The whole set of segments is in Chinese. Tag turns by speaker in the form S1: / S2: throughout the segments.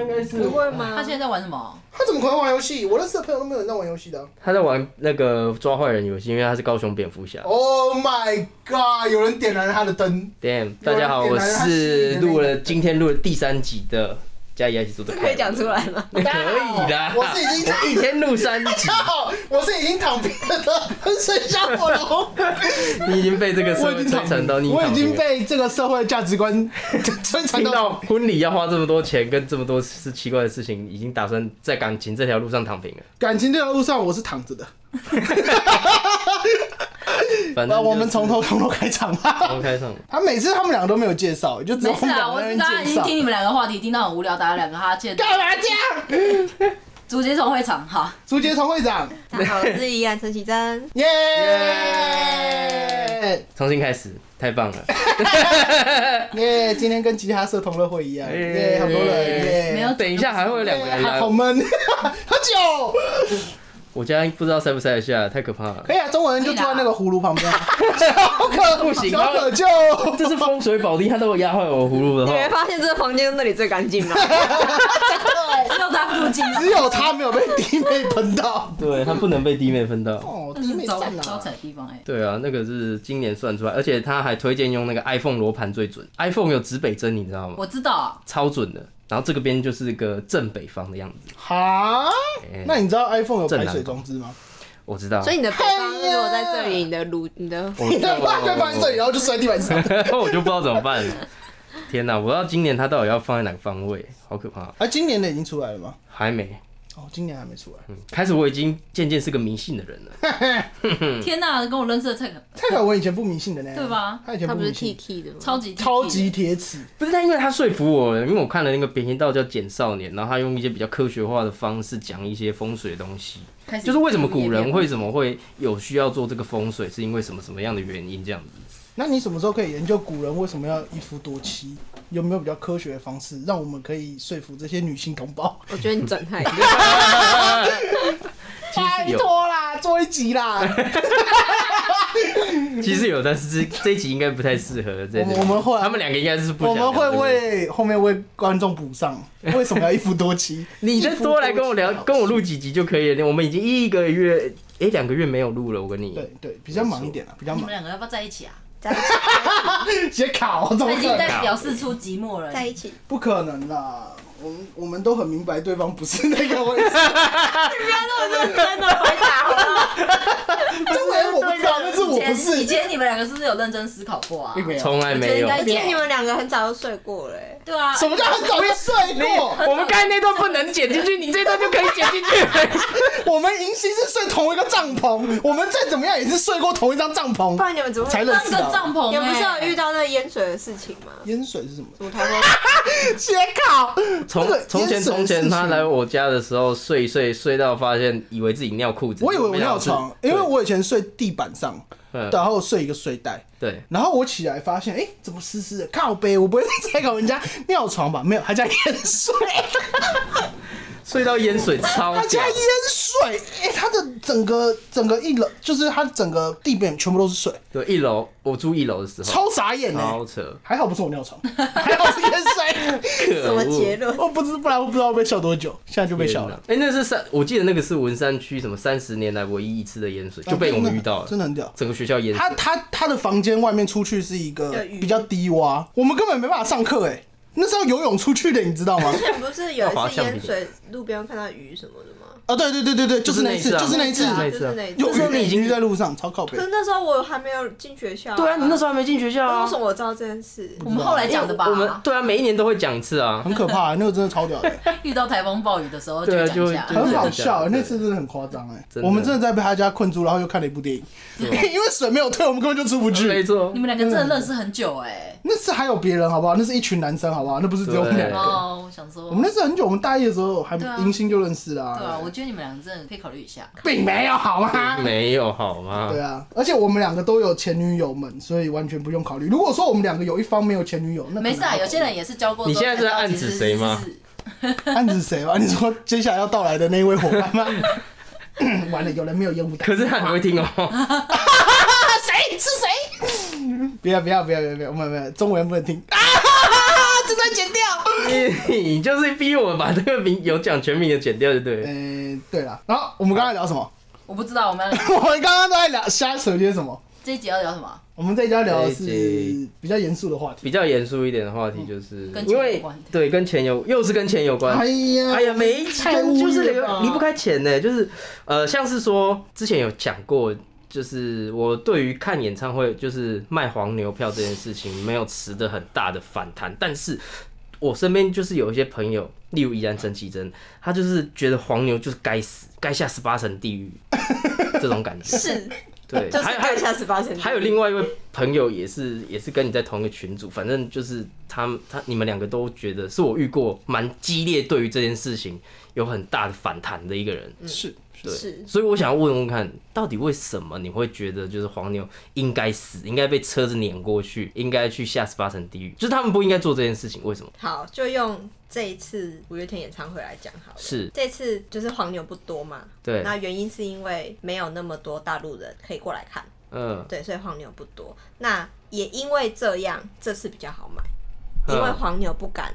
S1: 应该是
S2: 啊不会吗？
S3: 他现在在玩什么？
S4: 他怎么可能玩游戏？我认识的朋友都没有人在玩游戏的啊。
S1: 他在玩那个抓坏人游戏，因为他是高雄蝙蝠侠。
S4: Oh my god！有人点燃了他的灯，
S1: Damn，大家好，我是录了今天录了第三集的加一爱做的，
S2: 可以讲出来吗？
S1: 可以啦，
S4: 我是已经
S1: 我一天录三集，
S4: 靠！我是已经躺 平了的剩下我 了。
S1: 你已经被这个社会摧残到你，
S4: 我已经被这个社会价值观 摧残
S1: 听到
S4: 到。
S1: 婚礼要花这么多钱跟这么多事奇怪的事情，已经打算在感情这条路上躺平了。
S4: 感情这条路上，我是躺着的。
S1: 反正
S4: 那
S1: 就是
S4: 我们从头从头开场吧。
S1: 从头开上，
S4: 他每次他们两个都没有介绍，就只有
S3: 没
S4: 我
S3: 事
S4: 们
S3: 啊，
S4: 两
S3: 我
S4: 个
S3: 知
S4: 人
S3: 道他已
S4: 介
S3: 经
S4: 绍。
S3: 听你们两个话题听到很无聊，打了两个哈欠。
S4: 干嘛这样？
S3: 竹节虫会长， 好，
S4: 竹节虫会长，
S2: 大家好，我是怡安陈绮 贞。
S4: 耶、
S1: 重新开始，太棒了！
S4: 耶！今天跟其他社同乐会一样，
S1: 耶
S4: 耶、好多人，耶、
S3: 没有
S1: 等一下还哎会有两个人
S4: 耶
S1: 来
S4: 好，闷， 好久。
S1: 我家不知道塞不塞得下，太可怕了
S4: 可。以啊，中国人就坐在那个葫芦旁边，好可
S1: 哎不行
S4: 小可就
S1: 这是风水宝地，他都有压坏我葫芦的
S2: 你
S1: 话，
S2: 没发现这个房间那里最干 净吗？
S3: 就在附近，
S4: 只有他没有被弟妹喷到。
S1: 对他不能被弟妹分到。
S4: 哦，
S3: 这
S4: 弟
S3: 是
S4: 妹
S3: 招
S4: 在
S3: 招
S4: 哪？
S3: 财地方哎。
S1: 对啊，那个是今年算出来，而且他还推荐用那个 iPhone 罗盘最准，iPhone 有指北针，你知道吗？
S3: 我知道，啊
S1: 超准的。然后这个边就是个正北方的样子，
S4: 哈？
S1: 哎
S4: 那你知道 iPhone 有
S1: 正
S4: 排
S1: 南
S4: 水装置吗？
S1: 我知道。
S2: 所以你的北方如
S4: 哎呀
S2: 果在这里，你的炉，你 的
S1: 我
S4: 你 的麦克放在这里，然后就摔地板上。
S1: 我就不知道怎么办了。天哪，我不知道今年他到底要放在哪个方位，好可怕。
S4: 啊，今年的已经出来了吗？
S1: 还没，
S4: 哦，今年还没出来。
S1: 嗯，开始我已经渐渐是个迷信的人了。
S3: 天哪，跟我认识的蔡可
S4: 蔡凯文以前不迷信的呢，
S3: 对吧
S4: 他以前
S2: 他
S4: 不
S2: 不是
S4: 迷
S2: T
S4: 信，
S2: T 的吗？
S3: 超级
S4: 超级铁齿。
S1: 不是，但因为他说服我了，因为我看了那个扁平道叫《简少年》，然后他用一些比较科学化的方式讲一些风水的东西，
S3: 开始
S1: 就是为什么古人会怎么会有需要做这个风水，是因为什么什么样的原因这 样子。
S4: 那你什么时候可以研究古人为什么要一夫多妻？有没有比较科学的方式，让我们可以说服这些女性同 胞？
S2: 我觉得你转太远，
S1: 其
S3: 啊
S1: 实有，
S4: 托啦，做一集啦。
S1: 其实有，但是这这一集应该不太适合在这里。
S4: 我们我们会
S1: 他们两个应该是 不
S4: 我
S1: 想聊。
S4: 们会
S1: 对不对
S4: 为后面为观众补上，为什么要一夫 多妻？
S1: 你再多来跟我聊
S4: 一夫多，妻
S1: 跟我录几集就可以了。我们已经一个月，诶，两个月没有录了。我跟你，
S4: 对对，比较忙一点啊，比较
S3: 你们
S4: 忙。
S3: 两个要不要在一起啊？
S4: 写考怎
S3: 他
S4: 么
S3: 已
S4: 可
S3: 经
S4: 能？
S3: 在表示出寂寞了。
S2: 在一起。
S4: 不可能啦！我们我们都很明白对方不是那个 位置。
S2: 真的回答好了，
S4: 真的我不知道，但是我
S3: 以
S4: 不
S3: 前以
S4: 是。哎
S3: 前你们两个是不是有认真思考过啊？
S4: 并没有
S1: 从来没有
S3: 我觉得应。该
S2: 而且你们两个很早就睡过了欸，
S3: 对啊，
S4: 什么叫很早就睡过？
S1: 我们刚才那段不能剪进去，你这段就可以剪 进去。
S4: 我们银溪是睡同一个帐篷，我们再怎么样也是睡过同一张帐
S2: 不
S4: 篷。
S2: 然你们怎么
S4: 才
S2: 会？
S4: 认
S3: 那
S4: 识
S3: 个
S4: 的
S3: 帐篷
S2: 你
S3: 欸
S2: 们不是啊有遇到那个淹水的事情吗？
S4: 淹水是什么？
S2: 什么台 风？
S4: 写考。
S1: 从
S4: 这个
S1: 从前
S4: 淹水的
S1: 从前，
S4: 事情
S1: 他来我家的时候睡一睡睡到发现，以为自己尿裤子。
S4: 我以为我
S1: 没想
S4: 尿
S1: 到是
S4: 床，因为我以前睡地板上，
S1: 嗯
S4: 然后睡一个睡袋。
S1: 对
S4: 然后我起来发现，哎、怎么湿湿的？靠背，我不会再搞人家尿床吧？没有，他家淹水，
S1: 睡到淹 水超
S4: 他
S1: 屌
S4: 家。淹水，哎、他的整个整个一楼，就是他整个地面全部都是水，
S1: 对，一楼我住一楼的时候，
S4: 超傻眼呢、
S1: 嗯
S4: 欸
S1: 超扯，
S4: 还好不是我尿床， 还好是淹水，
S1: 可
S2: 什么结
S1: 恶。
S2: 论？
S4: 我不知不然我不知道被笑多久，现在就被笑了。
S1: 哎、那是三，我记得那个是文山区什么三十年来唯一一次的淹水，就被我们遇到了，
S4: 真的很屌。
S1: 整个学校淹水
S4: 他。他他的房间外面出去是一个
S2: 有鱼
S4: 比较低洼，我们根本没办法上课哎、那是要游泳出去的，你知道吗？
S2: 之前不是有一次淹水，路边看到鱼什么的吗？
S4: 啊，对对对对对，就是那一次，
S1: 啊
S4: 就是那一次，
S2: 啊
S1: 那一次
S2: 就
S1: 啊
S2: 是那一次
S4: 有
S1: 那时候
S4: 鱼
S1: 你已经
S4: 鱼在路上，超靠北
S2: 可。是那时候我还没有进学校、
S1: 对啊，你那
S2: 时
S1: 时候还没进学校
S2: 候
S1: 啊
S2: 为什。么我知道这件事？
S3: 我们后来讲的吧？
S1: 我们对啊，每一年都会讲一次啊。
S4: 很可怕、欸那个真的超屌的，
S3: 遇到台风暴雨的时候就
S1: 对啊
S3: 讲一下
S1: 就。会
S4: 很好
S1: 对
S4: 笑。
S1: 对
S4: 欸
S1: 对
S4: 那次真的很夸张哎，
S1: 真的
S4: 我们真的在被他家困住，然后又看了一部电影， 因为水没有退，我们根本就出不
S1: 没
S4: 去。
S1: 错
S3: 你，们两个真的认识很久哎。
S4: 那次还有别人好不好？那是一群男生好不好？那不是只有我们两
S1: 对
S4: 个。
S3: 哦，我想说
S4: 我，们那次很久，我们大一的时候还
S3: 对啊
S4: 迎新就认识啦、
S3: 对啊，我觉得你们两个真的可以考虑一下。
S4: 并没有好吗？
S1: 没有好吗
S4: 对？啊，而且我们两个都有前女友们，所以完全不用考虑。如果说我们两个有一方没有前女友，那
S3: 没事啊，有些人也是交过
S1: 你
S3: 之后
S1: 现在
S3: 才知道
S1: 是在暗
S3: 其实
S1: 指谁吗
S3: 是？
S4: 暗指谁啊吧？你说接下来要到来的那一位伙 伴吗？完了，有人没有烟雾弹
S1: 可。是他很会听 哦。
S4: 谁是谁？不要不要不要不要不要，没有没有，中文不能听啊！
S2: 这段剪掉。
S1: 你你就是逼我把这个名有奖全名的剪掉就对了。
S4: 嗯，对了，然后我们刚才聊什么？
S3: 我不知道我们
S4: 我们刚刚都在聊瞎扯些什么？
S3: 这一集要聊什么？
S4: 我们这一家聊的
S1: 这一
S4: 是比较严肃的话题。
S1: 哎比较严肃一点的话题就是，
S3: 嗯跟钱
S1: 因
S3: 有
S1: 为
S3: 关的
S1: 对跟钱有又是跟钱有关。
S4: 哎呀，
S1: 哎呀，每一集
S4: 太无
S1: 就就是
S4: 语
S1: 离
S4: 了吧
S1: 离不开钱呢，就是呃，像是说之前有讲过，就是我对于看演唱会就是卖黄牛票这件事情没有持的很大的反弹，但是我身边就是有一些朋友，例如依然陈绮贞，他就是觉得黄牛就是该死，该下十八层地狱这种感 觉。
S2: 是，
S1: 对，
S2: 就是
S1: 还有还
S2: 看
S1: 有
S2: 下十八层。
S1: 还有另外一位朋友也是也是跟你在同一个群组，反正就是他们他你们两个都觉得是我遇过蛮激烈对于这件事情有很大的反弹的一个人，
S4: 是
S1: 对，
S2: 嗯是
S1: 所以我想要问问看，到底为什么你会觉得就是黄牛应该死，应该被车子碾过去，应该去下十八层地狱，就是他们不应该做这件事情，为什么？
S2: 好，就用这一次五月天演唱会来讲好了。
S1: 是
S2: 这次就是黄牛不多嘛，
S1: 对，
S2: 那原因是因为没有那么多大陆人可以过来看，
S1: 嗯，
S2: 对，所以黄牛不多。那也因为这样，这次比较好买，因为
S1: 嗯
S2: 黄牛不敢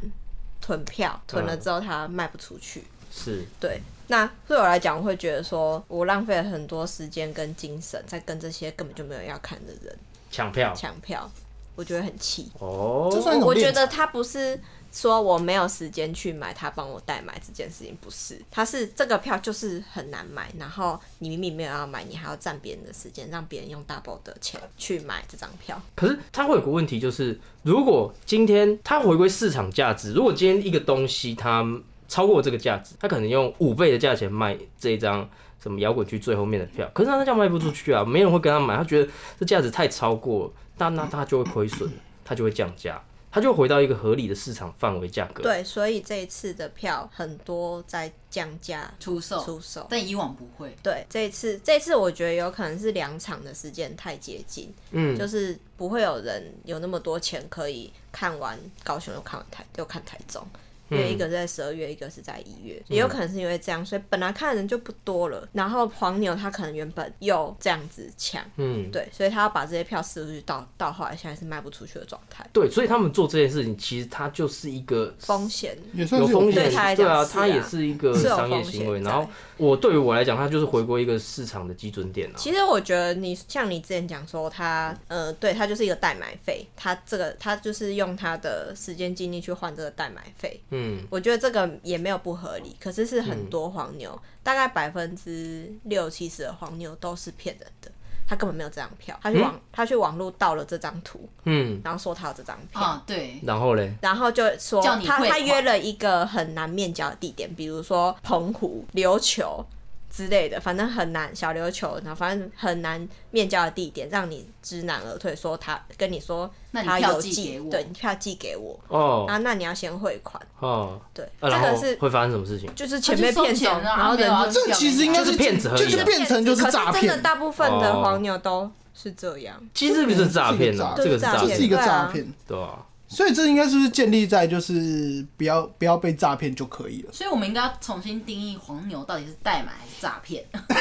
S2: 囤票，囤了之后它卖不出去。
S1: 是
S2: 对，那对我来讲，我会觉得说我浪费了很多时间跟精神在跟这些根本就没有要看的人
S1: 抢票
S2: 抢票，我觉得很气。
S1: 哦，
S4: 这算一种
S2: 我觉
S4: 练
S2: 得他不是说我没有时间去买，他帮我代买这件事情不是，他是这个票就是很难买，然后你明明没有要买，你还要占别人的时间，让别人用 double 的钱去买这张票。
S1: 可是它会有个问题，就是如果今天它回归市场价值，如果今天一个东西它超过这个价值，它可能用五倍的价钱卖这一张什么摇滚区最后面的票，可是它那样卖不出去啊，没人会跟他买，他觉得这价值太超过了，那那他就会亏损，他就会降价，他就回到一个合理的市场范围价格。
S2: 对，所以这一次的票很多在降价
S3: 出售，
S2: 出售。
S3: 但以往不会。
S2: 对，这一次这一次我觉得有可能是两场的时间太接近，
S1: 嗯，
S2: 就是不会有人有那么多钱可以看完高雄又看完台又看台中，因
S1: 嗯
S2: 为一个是在十二月，一个是在一月，也有可能是因为这样，所以本来看的人就不多了，然后黄牛他可能原本又这样子抢，
S1: 嗯。
S2: 对，所以他要把这些票撕出去到到后来现在是卖不出去的状态，
S1: 对，所以他们做这件事情，其实它就是一个
S2: 风险
S4: 也算
S1: 有
S4: 是有
S1: 风
S2: 对
S1: 险
S2: 他来，
S1: 对
S2: 讲
S1: 啊，
S2: 是
S1: 它
S2: 啊
S1: 也是一个
S2: 是有
S1: 商业
S2: 风
S1: 行为。
S2: 险
S1: 然后
S2: 在。
S1: 我对于我来讲，它就是回归一个市场的基准点啊。
S2: 其实我觉得你像你之前讲说他，呃，对他就是一个代买费，他这个他就是用他的时间精力去换这个代买费，
S1: 嗯，
S2: 我觉得这个也没有不合理，可是是很多黄牛，大概百分之六七十的黄牛都是骗人的。他根本没有这张票，他去网、他去网络盗了这张图，
S1: 嗯，
S2: 然后说他有这张票，
S3: 啊，对，
S1: 然后嘞，
S2: 然后就说
S3: 叫你
S2: 他
S3: 汇
S2: 他
S3: 款
S2: 约了一个很难面交的地点，比如说澎湖、琉球之类的，反正很难小琉球，然后反正很难面交的地点，让你知难而退，说他跟你说
S3: 那你
S2: 他
S3: 票
S2: 有
S3: 寄给我
S2: 对，你票寄给我，
S1: 哦
S2: 然后那你要先汇款，
S1: 哦，
S2: 对，啊
S1: 啊、
S2: 这
S1: 然
S2: 个
S1: 后
S2: 是
S1: 会发生什么事情？
S2: 就是前面
S3: 他就
S2: 骗
S3: 收
S2: 走，
S3: 钱了啊
S2: 然后
S3: 没有
S2: 人
S3: 啊
S2: 就
S4: 这其实应该
S1: 就是骗子而已啊
S4: 就是变成就是
S2: 可
S4: 诈
S2: 是真的
S4: 骗，
S2: 大部分的
S1: 哦
S2: 黄牛都是这样，
S1: 其实这个就是诈骗啊，
S4: 这
S1: 这
S2: 个
S1: 个
S2: 是
S1: 是
S2: 诈
S1: 诈
S4: 这
S2: 骗
S4: 是一
S1: 骗，
S4: 个
S2: 对啊
S4: 诈骗。
S1: 对啊，
S4: 所以这应该是不是建立在就是不要不要被诈骗就可以了？
S3: 所以我们应该要重新定义黄牛到底是代买还是诈 骗。
S4: 啊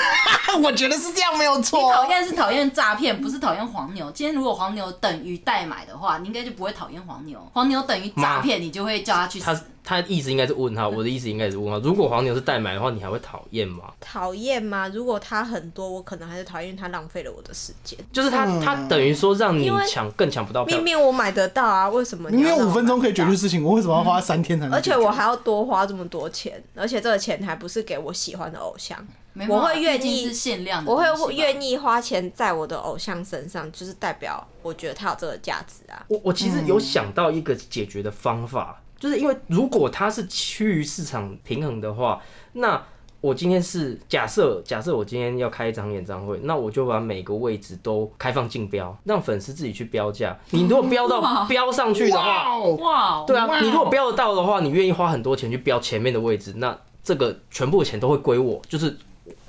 S4: 我觉得是这样没有错
S3: 讨厌是讨厌诈骗，不是讨厌黄牛。今天如果黄牛等于代买的话，你应该就不会讨厌黄牛。黄牛等于诈骗，你就会叫他去
S1: 他
S3: 死。
S1: 他意思应该是问号，我的意思应该也是问号。如果黄牛是代买的话，你还会讨厌吗？
S2: 讨厌吗？如果他很多，我可能还是讨厌他浪费了我的时间。
S1: 就是他、
S4: 嗯
S1: 他等于说让你
S2: 因为
S1: 抢更抢不到票
S2: 明，明我买得到啊，为什么你
S4: 明
S2: 要让
S4: 明有
S2: 我
S4: 五分钟可以解
S2: 买
S4: 决
S2: 得
S4: 事情，我为什么要花三天才
S2: 到？
S4: 能
S2: 而
S4: 解决？
S2: 且我还要多花这么多钱，而且这个钱还不是给我喜欢的偶像，
S3: 没办法
S2: 我会愿意
S3: 毕竟是限量的
S2: 我
S3: 东西吧，
S2: 会愿意花钱在我的偶像身上，就是代表我觉得他有这个价值啊。
S1: 我我其实有
S4: 嗯
S1: 想到一个解决的方法，就是因为如果它是趋于市场平衡的话，那我今天是假设假设我今天要开一场演唱会，那我就把每个位置都开放竞标，让粉丝自己去标价。你如果标到标上去的话，
S4: 哇哦，
S3: 哇，
S1: 对
S4: 哇
S1: 啊，你如果标得到的话，你愿意花很多钱去标前面的位置，那这个全部的钱都会归我，就是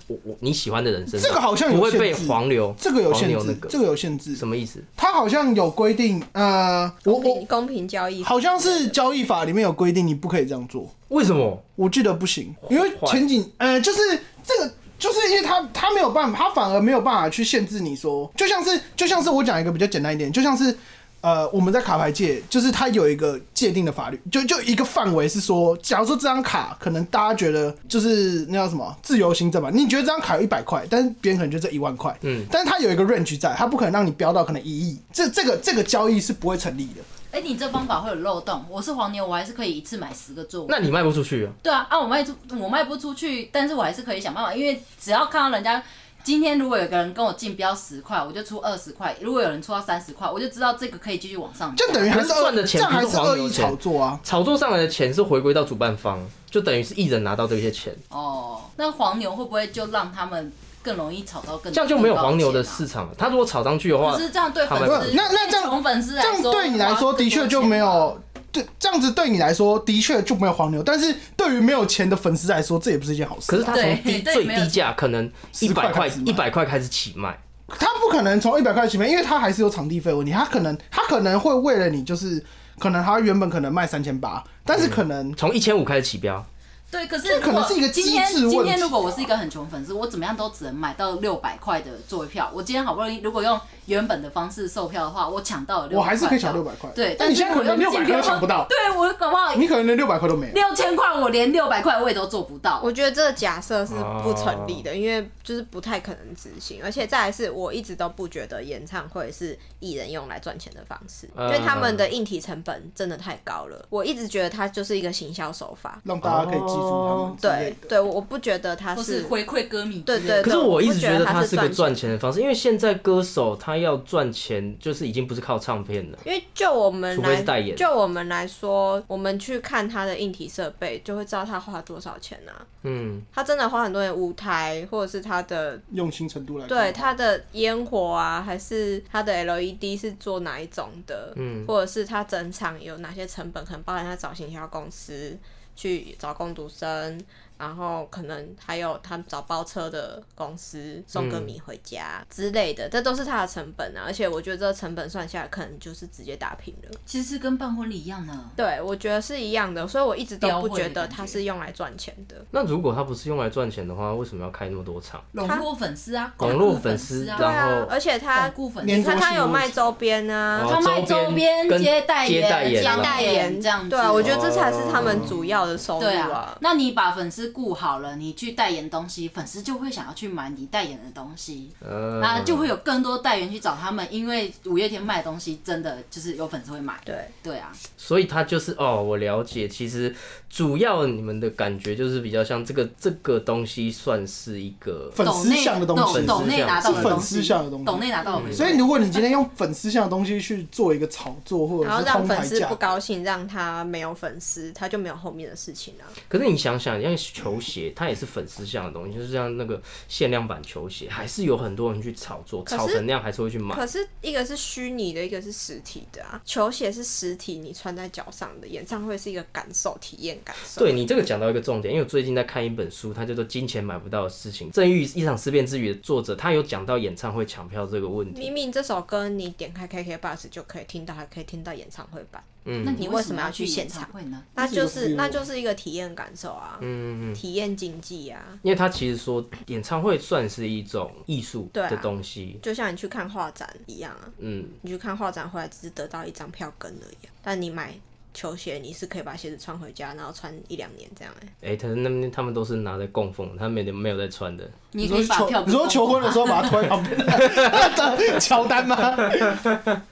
S1: 我我你喜欢的人身上，
S4: 这个好像有
S1: 不会被
S4: 限制
S1: 黄流，
S4: 这个有
S1: 黄
S4: 限
S1: 流那
S4: 制，
S1: 个
S4: 这个有限制，
S1: 什么意思？
S4: 它好像有规定，呃，我
S2: 公
S4: 我
S2: 平公平交易
S4: 好像是交易法里面有规定，你不可以这样做。
S1: 为什么？
S4: 我记得不行，因为
S1: 坏
S4: 前景，呃，就是这个，就是因为他他没有办法，他反而没有办法去限制你说，就像是就像是我讲一个比较简单一点，就像是呃，我们在卡牌界，就是它有一个界定的法律，就就一个范围是说，假如说这张卡可能大家觉得就是那叫什么自由行政嘛，你觉得这张卡有一百块，但是别人可能就这一万块，
S1: 嗯，
S4: 但是它有一个 range 在，它不可能让你飙到可能一亿，这这个这个交易是不会成立的。
S3: 哎、你这方法会有漏洞。我是黄牛，我还是可以一次买十个座位。
S1: 那你卖不出去啊？
S3: 对啊，啊，我卖出我卖不出去，但是我还是可以想办法，因为只要看到人家今天如果有个人跟我竞标十块，我就出二十块；如果有人出到三十块，我就知道这个可以继续往上。
S4: 就等于还是
S1: 可是
S4: 恶
S1: 赚的钱
S4: 这样还
S1: 不是
S4: 是
S1: 黄
S4: 恶
S1: 牛
S4: 意
S1: 钱
S4: 炒作啊。
S1: 炒作上来的钱是回归到主办方，就等于是艺人拿到这些钱，
S3: 哦，那黄牛会不会就让他们更容易炒到更？
S1: 这样就没有黄牛的
S3: 更高钱
S1: 市场了。他如果炒上去的
S3: 啊。
S1: 话
S3: 可，是这样对粉
S1: 他
S4: 们
S3: 丝，
S4: 啊那那这样
S3: 从粉丝来
S4: 这样
S3: 说，
S4: 对你来说的确就没
S3: 啊
S4: 有。对，这样子对你来说的确就没有黄牛，但是对于没有钱的粉丝来说，这也不是一件好事。啊
S1: 可是他从
S3: 对
S1: 低
S3: 对
S1: 最
S3: 没有
S1: 低价可能一百
S4: 10
S1: 块
S4: 开始卖
S1: 一百块开始起卖，
S4: 他不可能从一百块起卖，因为他还是有场地费问题。他可能他可能会为了你，就是可能他原本可能卖三千八，但是可能、
S1: 从一千五开始起标，
S3: 对，可是
S4: 这
S3: 如
S4: 可
S3: 果
S4: 能是一个
S3: 今
S4: 机
S3: 天
S4: 制
S3: 今
S4: 问
S3: 天
S4: 题
S3: 如果我是一个很穷粉丝，我怎么样都只能买到六百块的座位票。我今天好不容易如果用原本的方式售票的话，我抢到了六，
S4: 我还是可以抢六百块。
S3: 对，
S4: 但你
S3: 是
S4: 现在可能
S3: 我用
S4: 六
S3: 竞
S4: 百
S3: 标
S4: 块都抢不到，
S3: 对我搞不好
S4: 你可能连六百块都没有。
S3: 六千块，我连六百块我也都做不到。
S2: 我觉得这个假设是不成立
S4: 啊
S2: 的，因为就是不太可能执行，而且再来是我一直都不觉得演唱会是艺人用来赚钱的方式，因
S1: 嗯
S2: 为他们的硬体成本真的太高了。我一直觉得它就是一个行销手法，
S4: 让大家可以记住他们之类
S2: 哦对
S4: 的。
S2: 对，我我不觉得它
S3: 或是
S2: 是
S3: 回馈歌迷之
S2: 对
S3: 类
S2: 对
S3: 的，
S1: 可是我一直
S2: 不
S1: 觉
S2: 觉得
S1: 得
S2: 他
S1: 它
S2: 是
S1: 是个
S2: 赚
S1: 赚钱的方式，因为现在歌手他要赚钱，就是已经不是靠唱片了。
S2: 因为就我们
S1: 除非是代
S2: 来
S1: 言
S2: 就我们来说，我们去看他的硬体设备，就会知道他花多少钱啊。
S1: 嗯，
S2: 他真的花很多的舞台，或者是他的
S4: 用心程度来看
S2: 对它的烟火啊，还是它的 LED 是做哪一种的，嗯，或者是它整场有哪些成本，可能包含它找行销公司去找工读生，然后可能还有他找包车的公司送歌迷回家、之类的，这都是它的成本啊。而且我觉得这个成本算下来，可能就是直接打平了。
S3: 其实跟办婚礼一样啊呢。
S2: 对，我觉得是一样的，所以我一直都
S3: 标
S2: 不
S3: 会的
S2: 觉得
S3: 感
S2: 它
S3: 觉
S2: 是用来赚钱的。
S1: 那如果他不是用来赚钱的话，为什么要开那么多场？
S3: 笼络粉丝啊，
S1: 笼
S3: 巩
S1: 络
S3: 固
S1: 粉
S3: 粉
S1: 丝
S3: 啊，
S1: 然后
S2: 啊，而且它
S3: 巩固粉
S4: 连
S3: 丝
S2: 你
S4: 锁
S2: 看他
S4: 性
S2: 有
S4: 问
S2: 卖
S4: 题
S2: 周边啊，
S1: 哦
S3: 他卖
S1: 周
S3: 周
S1: 边
S3: 边
S1: 跟
S3: 接代
S1: 接代言
S3: 言、
S1: 啊
S3: 接
S2: 代
S3: 言这样子。
S2: 对啊，我觉
S1: 哦
S2: 得这才是他们主要的收入
S3: 对
S2: 啊
S3: 啊，。那你把粉丝顾好了，你去代言东西，粉丝就会想要去买你代言的东西，
S4: 嗯
S1: 呃，
S3: 那啊就会有更多代言去找他们，因为五月天卖的东西真的就是有粉丝会买。
S2: 对，
S3: 对啊，
S1: 所以他就是哦，我了解。其实主要你们的感觉就是比较像这个这个东西，算是一个
S4: 粉丝向的东
S3: 抖
S4: 西
S3: 内，抖内拿到的
S4: 是
S3: 东
S4: 粉
S3: 西
S4: 丝向的东西嗯
S3: 抖内拿到的东西，
S4: 所以如果你今天用粉丝向的东西去做一个炒作或者
S2: 然后
S4: 是
S2: 让
S4: 哄
S2: 粉
S4: 抬
S2: 丝不
S4: 价，
S2: 高兴，让他没有粉丝，他就没有后面的事情啊了、
S1: 可是你想想，像球鞋，它也是粉丝向的东西，就是像那个限量版球鞋，还是有很多人去炒作，
S2: 可是
S1: 炒成那样还是会去买。
S2: 可是一个是虚拟的，一个是实体的啊。球鞋是实体，你穿在脚上的；演唱会是一个感受、体验感受。
S1: 对你这个讲到一个重点，因为我最近在看一本书，它叫做《金钱买不到的事情》。郑玉一场思辨之语的作者，他有讲到演唱会抢票这个问题。
S2: 明明这首歌你点开 KK Bus 就可以听到，还可以听到演唱会版，
S3: 那
S2: 你
S3: 你
S2: 为
S3: 为
S2: 什
S3: 什
S2: 么
S3: 么
S2: 要
S3: 要
S2: 去
S3: 去
S2: 现
S3: 演
S2: 场
S3: 唱会呢？
S2: 那就
S4: 这是
S2: 是
S4: 一个 feel
S2: 那就是一个体验感受啊，
S1: 嗯嗯嗯，
S2: 体验经济啊。
S1: 因为他其实说演唱会算是一种艺术
S2: 对啊
S1: 的东西。
S2: 就像你去看画展一样啊，
S1: 嗯，
S2: 你去看画展回来只是得到一张票根而已啊、但你买球鞋，你是可以把鞋子穿回家，然后穿一两年这样、欸。
S1: 哎、他那边他们都是拿在供奉，他们没有没有在穿的。
S3: 你可
S4: 说
S3: 以把
S4: 求
S3: 票
S4: 你说求婚的时候把它推旁边 乔 丹吗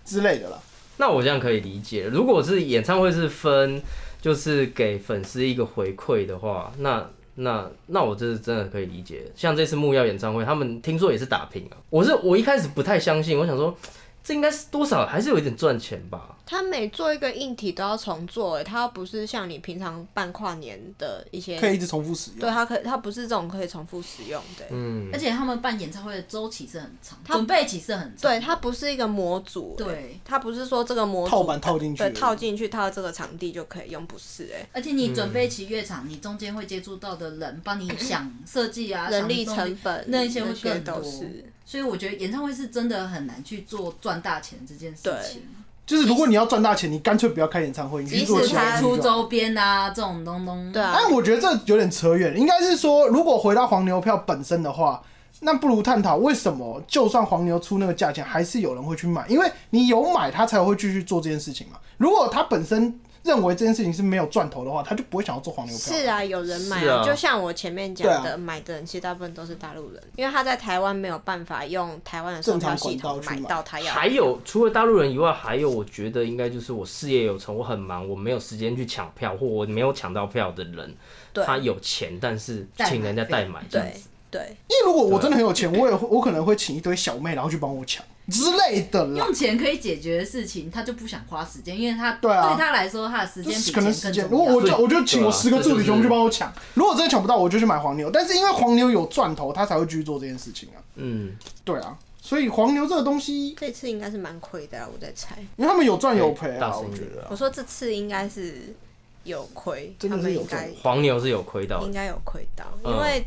S4: 之类的啦。
S1: 那我这样可以理解。如果是演唱会是分，就是给粉丝一个回馈的话，那那那我这是真的可以理解。像这次木曜演唱会，他们听说也是打平啊。我是我一开始不太相信，我想说这应该是多少还是有一点赚钱吧。
S2: 他每做一个硬体都要重做、欸，他不是像你平常办跨年的一些，
S4: 可以一直重复使用。
S2: 对他可它不是这种可以重复使用的、欸
S1: 嗯，
S3: 而且他们办演唱会的周期是很长，
S2: 他
S3: 准备期是很长。
S2: 对，它不是一个模组、欸
S3: 对，
S2: 它不是说这个模组
S4: 套板套进去
S2: 对，套进去套到这个场地就可以用，不是、欸？
S3: 而且你准备
S4: 嗯
S3: 期越长，你中间会接触到的人帮你想设计啊，
S2: 人力
S3: 想东西
S2: 成本
S3: 那一些会更
S2: 那
S3: 多
S2: 些都是。
S3: 所以我觉得演唱会是真的很难去做赚大钱这件事情，
S4: 就是如果你要赚大钱，你干脆不要开演唱会，你去做
S2: 即
S4: 其
S2: 使
S4: 他
S2: 他
S4: 事
S3: 出
S4: 情就好。
S3: 周边啊这种东东。
S2: 对啊，
S4: 但我觉得这有点扯远，应该是说，如果回到黄牛票本身的话，那不如探讨为什么，就算黄牛出那个价钱，还是有人会去买，因为你有买，他才会继续做这件事情嘛。如果他本身认为这件事情是没有赚头的话，他就不会想要做黄牛票。
S2: 是啊，有人买
S1: 是啊
S2: 就像我前面讲
S4: 对啊
S2: 的，买的人其实大部分都是大陆人，因为他在台湾没有办法用台湾的售票系统
S4: 正常管道去
S2: 买
S4: 买
S2: 到他要的。
S1: 还有除了大陆人以外，还有我觉得应该就是我事业有成，我很忙，我没有时间去抢票，或我没有抢到票的人，
S2: 对
S1: 他有钱，但是
S3: 代买
S1: 请人家代买，这样
S2: 对
S1: 子
S2: 对，
S4: 因为如果我真的很有钱，我也会我可能会请一堆小妹，然后去帮我抢之类的啦。
S3: 用钱可以解决的事情，他就不想花时间，因为他
S4: 对啊
S3: 他来说，他的时
S4: 就
S3: 间
S4: 是
S3: 比
S4: 可能时
S3: 钱
S4: 间，
S3: 更
S4: 如果
S3: 重要
S4: 我。就我就请我
S1: 对啊
S4: 十个
S1: 这就
S4: 助理兄
S1: 是
S4: 去帮我抢，如果真的抢不到，我就去买黄牛。但是因为黄牛有赚头，他才会继续做这件事情啊。
S1: 嗯，
S4: 对啊，所以黄牛这个东西，
S2: 这次应该是蛮亏的、啊，我在猜。
S4: 因为他们有赚有赔
S1: 对
S4: 啊，
S1: 大生意
S4: 我觉得啊
S2: 我说这次应该是有亏，
S4: 真
S2: 他
S4: 的是
S2: 们
S4: 有
S2: 应该
S1: 黄牛是有亏到
S2: 应
S1: 的，
S2: 该有亏到，
S1: 嗯
S2: 因为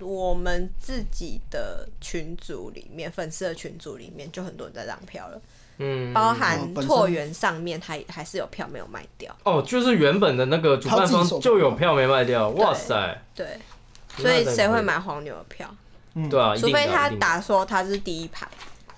S2: 我们自己的群组里面，粉丝的群组里面就很多人在让票了，
S1: 嗯，
S2: 包
S4: 哦
S2: 含
S4: 本身
S2: 拓元上面还还是有票没有卖掉，
S1: 哦，就是原本的那个主办
S4: 他自
S1: 方
S4: 己手
S1: 就有票没卖掉，哇塞，
S2: 对，
S1: 那
S2: 所以
S1: 真的
S2: 谁
S1: 亏
S2: 会？买黄牛的票？
S1: 对啊，一
S2: 除
S1: 定的
S2: 非他
S1: 一定的
S2: 打说他是第一排，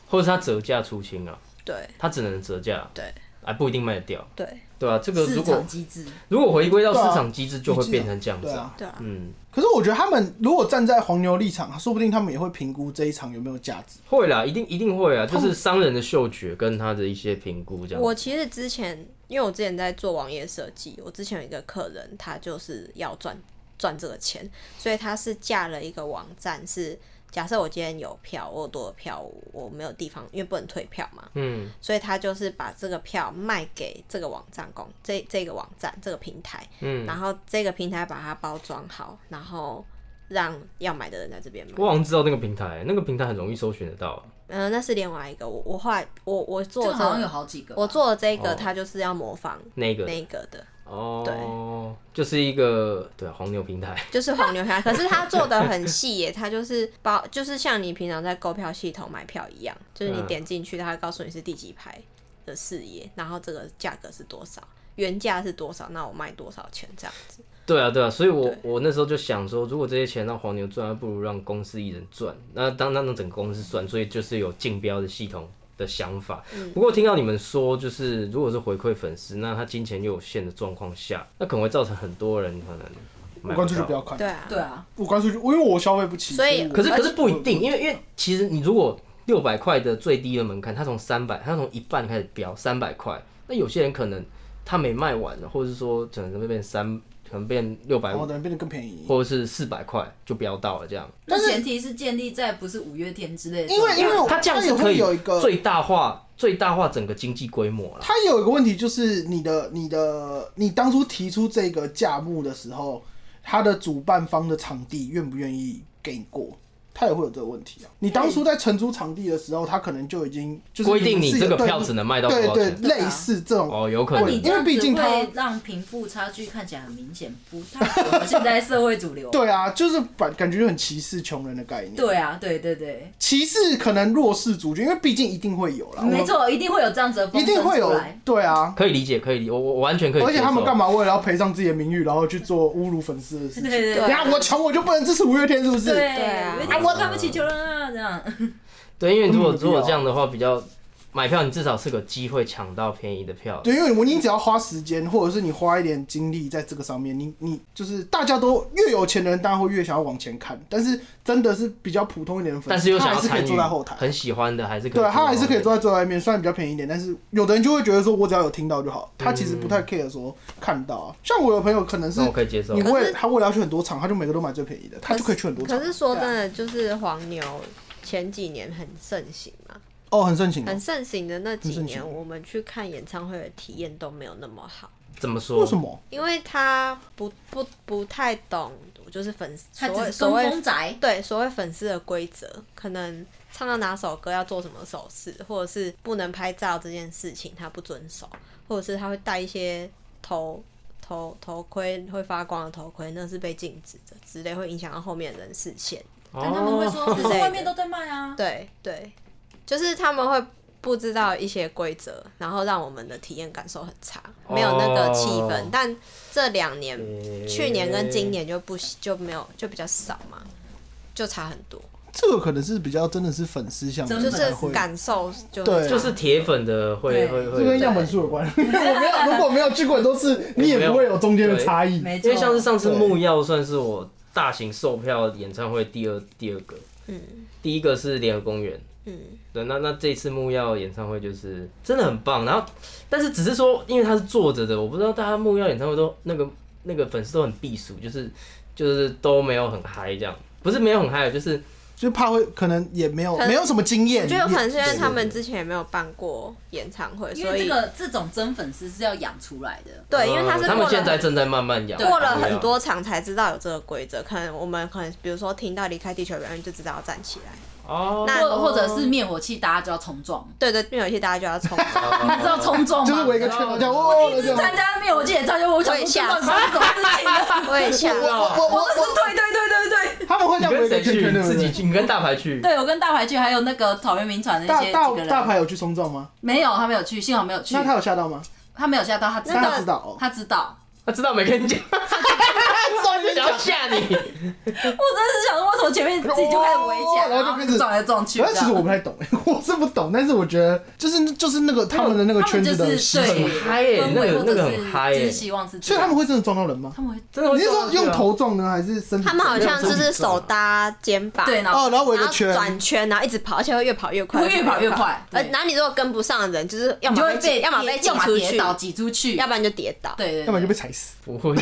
S1: 或者是他折价出清啊，
S2: 对
S1: 他只能折价，
S2: 对，
S1: 哎，不一定卖得掉，
S2: 对
S1: 对啊，这个
S3: 市
S1: 如果
S3: 场机制，
S1: 如果回归到市
S4: 对啊
S1: 场机制，就会
S4: 机制啊
S1: 变成这样子
S4: 对
S1: 啊，
S4: 啊。
S2: 对啊，
S1: 嗯，
S4: 可是我觉得他们如果站在黄牛立场，说不定他们也会评估这一场有没有价值。
S1: 会啦，一定一定会啊，就是商人的嗅觉跟他的一些评估这样。
S2: 我其实之前，因为我之前在做网页设计，我之前有一个客人，他就是要赚赚这个钱，所以他是架了一个网站是，假设我今天有票，我有多的票，我没有地方，因为不能退票嘛，
S1: 嗯，
S2: 所以他就是把这个票卖给这个网站公这这个网站这个平台，
S1: 嗯，
S2: 然后这个平台把它包装好，然后让要买的人在这边买。
S1: 我好像知道那个平台，那个平台很容易搜寻得到啊。
S2: 嗯、那是另外一个，我我后来我我
S3: 这
S2: 做
S3: 个
S2: 这
S3: 好像有
S2: 个，
S3: 好几个吧。啊
S2: 我做的这个，
S1: 哦
S2: 它就是要模仿
S1: 那个
S2: 那个的。
S1: 哦，就是一个对啊黄牛平台，
S2: 就是黄牛 票，可是他做的很细耶，他就是包，就是像你平常在购票系统买票一样，就是你
S1: 嗯
S2: 点进去，他会告诉你是第几排的视野，然后这个价格是多少，原价是多少，那我卖多少钱这样子。
S1: 对啊对啊，所以我
S2: 对
S1: 我那时候就想说，如果这些钱让黄牛赚，还不如让公司一人赚，那当然让整个公司赚，所以就是有竞标的系统。的想法，
S4: 嗯
S1: 不过听到你们说，就是如果是回馈粉丝，那他金钱又有限的状况下，那可能会造成很多人可能
S4: 我
S1: 买
S4: 干脆就
S1: 到
S4: 不要看，
S2: 对啊，
S3: 对啊，
S4: 我干脆就因为我消费不起，
S2: 所以
S4: 以我
S1: 可是
S2: 而
S1: 可
S2: 且
S1: 是不一定，因为因为其实你如果六百块的最低的门槛，它从三百，它从一半开始标三百块，那有些人可能他没卖完，或者是说可能会变三，可能变六百
S4: 然后
S1: 五，
S4: 等于变得更便宜。
S1: 或者是四百块就标到了这样。
S3: 但前提是建立在不是五月天之类的状
S4: 因
S3: 态，
S4: 为因为我
S1: 它这样
S4: 也
S1: 是可
S4: 会
S1: 以
S4: 哦有一个
S1: 最大化最大化整个经济规模了。
S4: 它有一个问题，就是你的、你的、你当初提出这个价目的时候，它的主办方的场地愿不愿意给你过？它也会有这个问题啊。你当初在承租场地的时候，它可能就已经就是
S1: 规定你
S4: 是有
S1: 这个
S4: 对
S1: 票只能卖到多
S4: 对
S1: 少
S4: 对
S1: 钱？
S3: 啊
S4: 类似这种，
S1: 哦，有可
S3: 那
S1: 能
S3: 你这
S4: 因为
S3: 样
S4: 毕
S3: 子
S4: 竟他
S3: 会让贫富差距看起来很明显，不太符合现在社会主流。
S4: 对啊，就是感感觉就很歧视穷人的概念。
S3: 对啊，对对对，
S4: 歧视可能弱势族群，因为毕竟一定会有啦，我们
S3: 没，错，一定会有这样子的风
S4: 一定
S3: 声
S4: 会
S3: 出
S4: 有
S3: 来。，
S4: 对啊。
S1: 可以理解，可以理，我我我完全可以接受。
S4: 而且他们干嘛为了要赔上自己的名誉，然后去做侮辱粉丝的事
S3: 对
S4: 情？
S3: 对
S4: 等
S3: 对
S2: 对
S4: 下我穷我就不能支持五月天，是不是？
S2: 对啊
S3: 对，我看不起穷人啊，这样。
S1: 对，因为如果
S4: 嗯
S1: 如果
S4: 必要
S1: 这样的话，比较买票，你至少是个机会抢到便宜的票。
S4: 对，因为我你只要花时间，或者是你花一点精力在这个上面，你你就是大家都越有钱的人，当然会越想要往前看。但是真的是比较普通一点的粉丝，
S1: 但是又
S4: 他
S1: 想
S4: 还
S1: 要
S4: 是可
S1: 参
S4: 以
S1: 与，
S4: 坐在后台。
S1: 很喜欢的还是可以。
S4: 对，啊他还是可以坐在最外面，虽然比较便宜一点，但是有的人就会觉得说，我只要有听到就好，他其实不太 care 说看到啊。像我有朋友可能是
S1: 嗯那我可以接受
S4: 你。
S2: 可
S4: 为
S2: 是
S4: 他为了要去很多场，他就每个都买最便宜的，他就可以去很多场
S2: 可。是说
S3: 对
S2: 真
S3: 啊
S2: 的，就是黄牛前几年很盛行嘛，
S4: 哦，很盛情哦
S2: 很，盛行的那几
S4: 很盛
S2: 年，
S4: 行
S2: 我们去看演唱会的体验都没有那么好。
S1: 怎么说？
S4: 为什么？
S2: 因为他不不不太懂，就是粉丝
S3: 他
S2: 所谓
S3: 只是
S2: 所
S3: 跟
S2: 谓
S3: 风宅，
S2: 对所谓粉丝的规则，可能唱到哪首歌要做什么手势，或者是不能拍照这件事情他不遵守，或者是他会戴一些头头头盔会发光的头盔，那是被禁止的之类，会影响到后面的人视线。
S3: 但他们会说，
S1: 哦
S3: 只是外面都在卖啊。
S2: 对对，就是他们会不知道一些规则，然后让我们的体验感受很差，没有那个气氛。
S1: 哦
S2: 但这两年
S1: 诶
S2: 去年跟今年就不就没有就比较少嘛，就差很多，
S4: 这个可能是比较真的是粉丝项目
S3: 真
S2: 就
S3: 的
S4: 才
S2: 是
S4: 会。
S2: 感受就
S4: 对
S1: 嗯啊就是铁粉的会
S3: 对
S1: 会
S4: 这跟
S1: 会。
S4: 样本数有关，因为我没有， 如果没有去过很多次，你也不会有中间的差异。
S3: 没错，
S1: 因为像是上次
S4: 对
S1: 木曜算是我大型售票演唱会第二第二个，
S2: 嗯
S1: 第一个是联合公园。
S2: 嗯，
S1: 对，那那这次木曜演唱会就是真的很棒，然后但是只是说，因为他是坐着的，我不知道大家木曜演唱会都那个那个粉丝都很避暑，就是就是都没有很嗨这样，不是没有很嗨，就是
S4: 就怕会可能也没有
S2: 可能
S4: 没有什么经验。
S2: 我觉得有可能是因为
S4: 对
S2: 他们之前也没有办过演唱会，
S3: 因
S2: 所
S3: 为这
S2: 以
S3: 个这种真粉丝是要养出来的，
S2: 对，因为他
S1: 嗯
S2: 是
S1: 他们
S2: 过
S1: 现在
S2: 了。
S1: 正在慢慢养，
S2: 过了
S1: 对啊
S2: 很，多场才知道有这个规则，可能我们可能比如说听到离开地球表演就知道要站起来，
S1: 哦，
S2: 那
S3: 或或者是灭火器，大家就要冲撞。
S2: 对对，因为有些大家就要冲撞，
S3: 你知道冲撞吗？
S4: 就是围一个圈，这样哦，这样。
S3: 参加灭火器演唱会，我 想
S2: 我也
S3: 说
S2: 吓
S3: 这到底是什么事情啊？
S2: 我也吓
S4: 我
S2: 到。
S4: 我我
S3: 我是对对对对对，
S4: 他们会这
S1: 你
S4: 样围
S1: 跟谁
S4: 一个圈圈，
S1: 去？
S4: 对不
S1: 自己
S4: 对？
S1: 去，你跟大牌去，
S3: 对我跟大牌去，还有那个草原名传的那
S4: 大
S3: 些几个
S4: 大大
S3: 人，
S4: 牌有去冲撞吗？
S3: 没有他没有去，幸好没有去
S4: 那，他有吓到吗？
S3: 他没有吓到，他知
S4: 但他
S3: 道
S4: 知道哦。
S3: 他知道，
S1: 他知道没跟你讲，
S4: 他
S1: 就想要吓你，
S3: 我真的是想说，为什么前面自己就开始围起来，
S4: 哦然后就开始
S3: 撞来撞去
S4: 可
S3: 的
S4: 是。其实我不太懂， 我是不懂，但是我觉得就是就是那个他们的那个
S3: 他
S4: 圈
S3: 们就
S4: 子
S3: 是
S4: 的
S3: 对
S4: 习俗，
S1: 很嗨耶
S3: 氛围
S1: 那个
S3: 或
S1: 那
S3: 者
S1: 个
S3: 是
S1: 很嗨耶
S3: 就是希望是这
S4: 所以
S3: 样，
S4: 他们会真的撞到人吗？
S3: 他们会
S1: 真的会
S4: 你是
S1: 撞
S4: 说
S1: 上去啊
S4: 用头撞呢，还是身体撞？
S2: 他们好像就是手搭肩膀，
S3: 对，然后
S4: 哦，然后围
S2: 然
S4: 一
S2: 后
S4: 个圈，
S2: 转圈，然后一直跑，而且会越跑越快，
S3: 会越跑越快，
S2: 呃，
S3: 对
S2: 然后你如果跟不上的人，就是要
S3: 你
S2: 么
S3: 就
S2: 被
S3: 会被
S2: 要么被挤
S3: 要么
S2: 出
S3: 跌
S2: 去，
S3: 倒挤出去，
S2: 要不然就跌倒。
S3: 对对，
S4: 要不然就
S3: 对
S4: 被踩死。
S1: 不 会，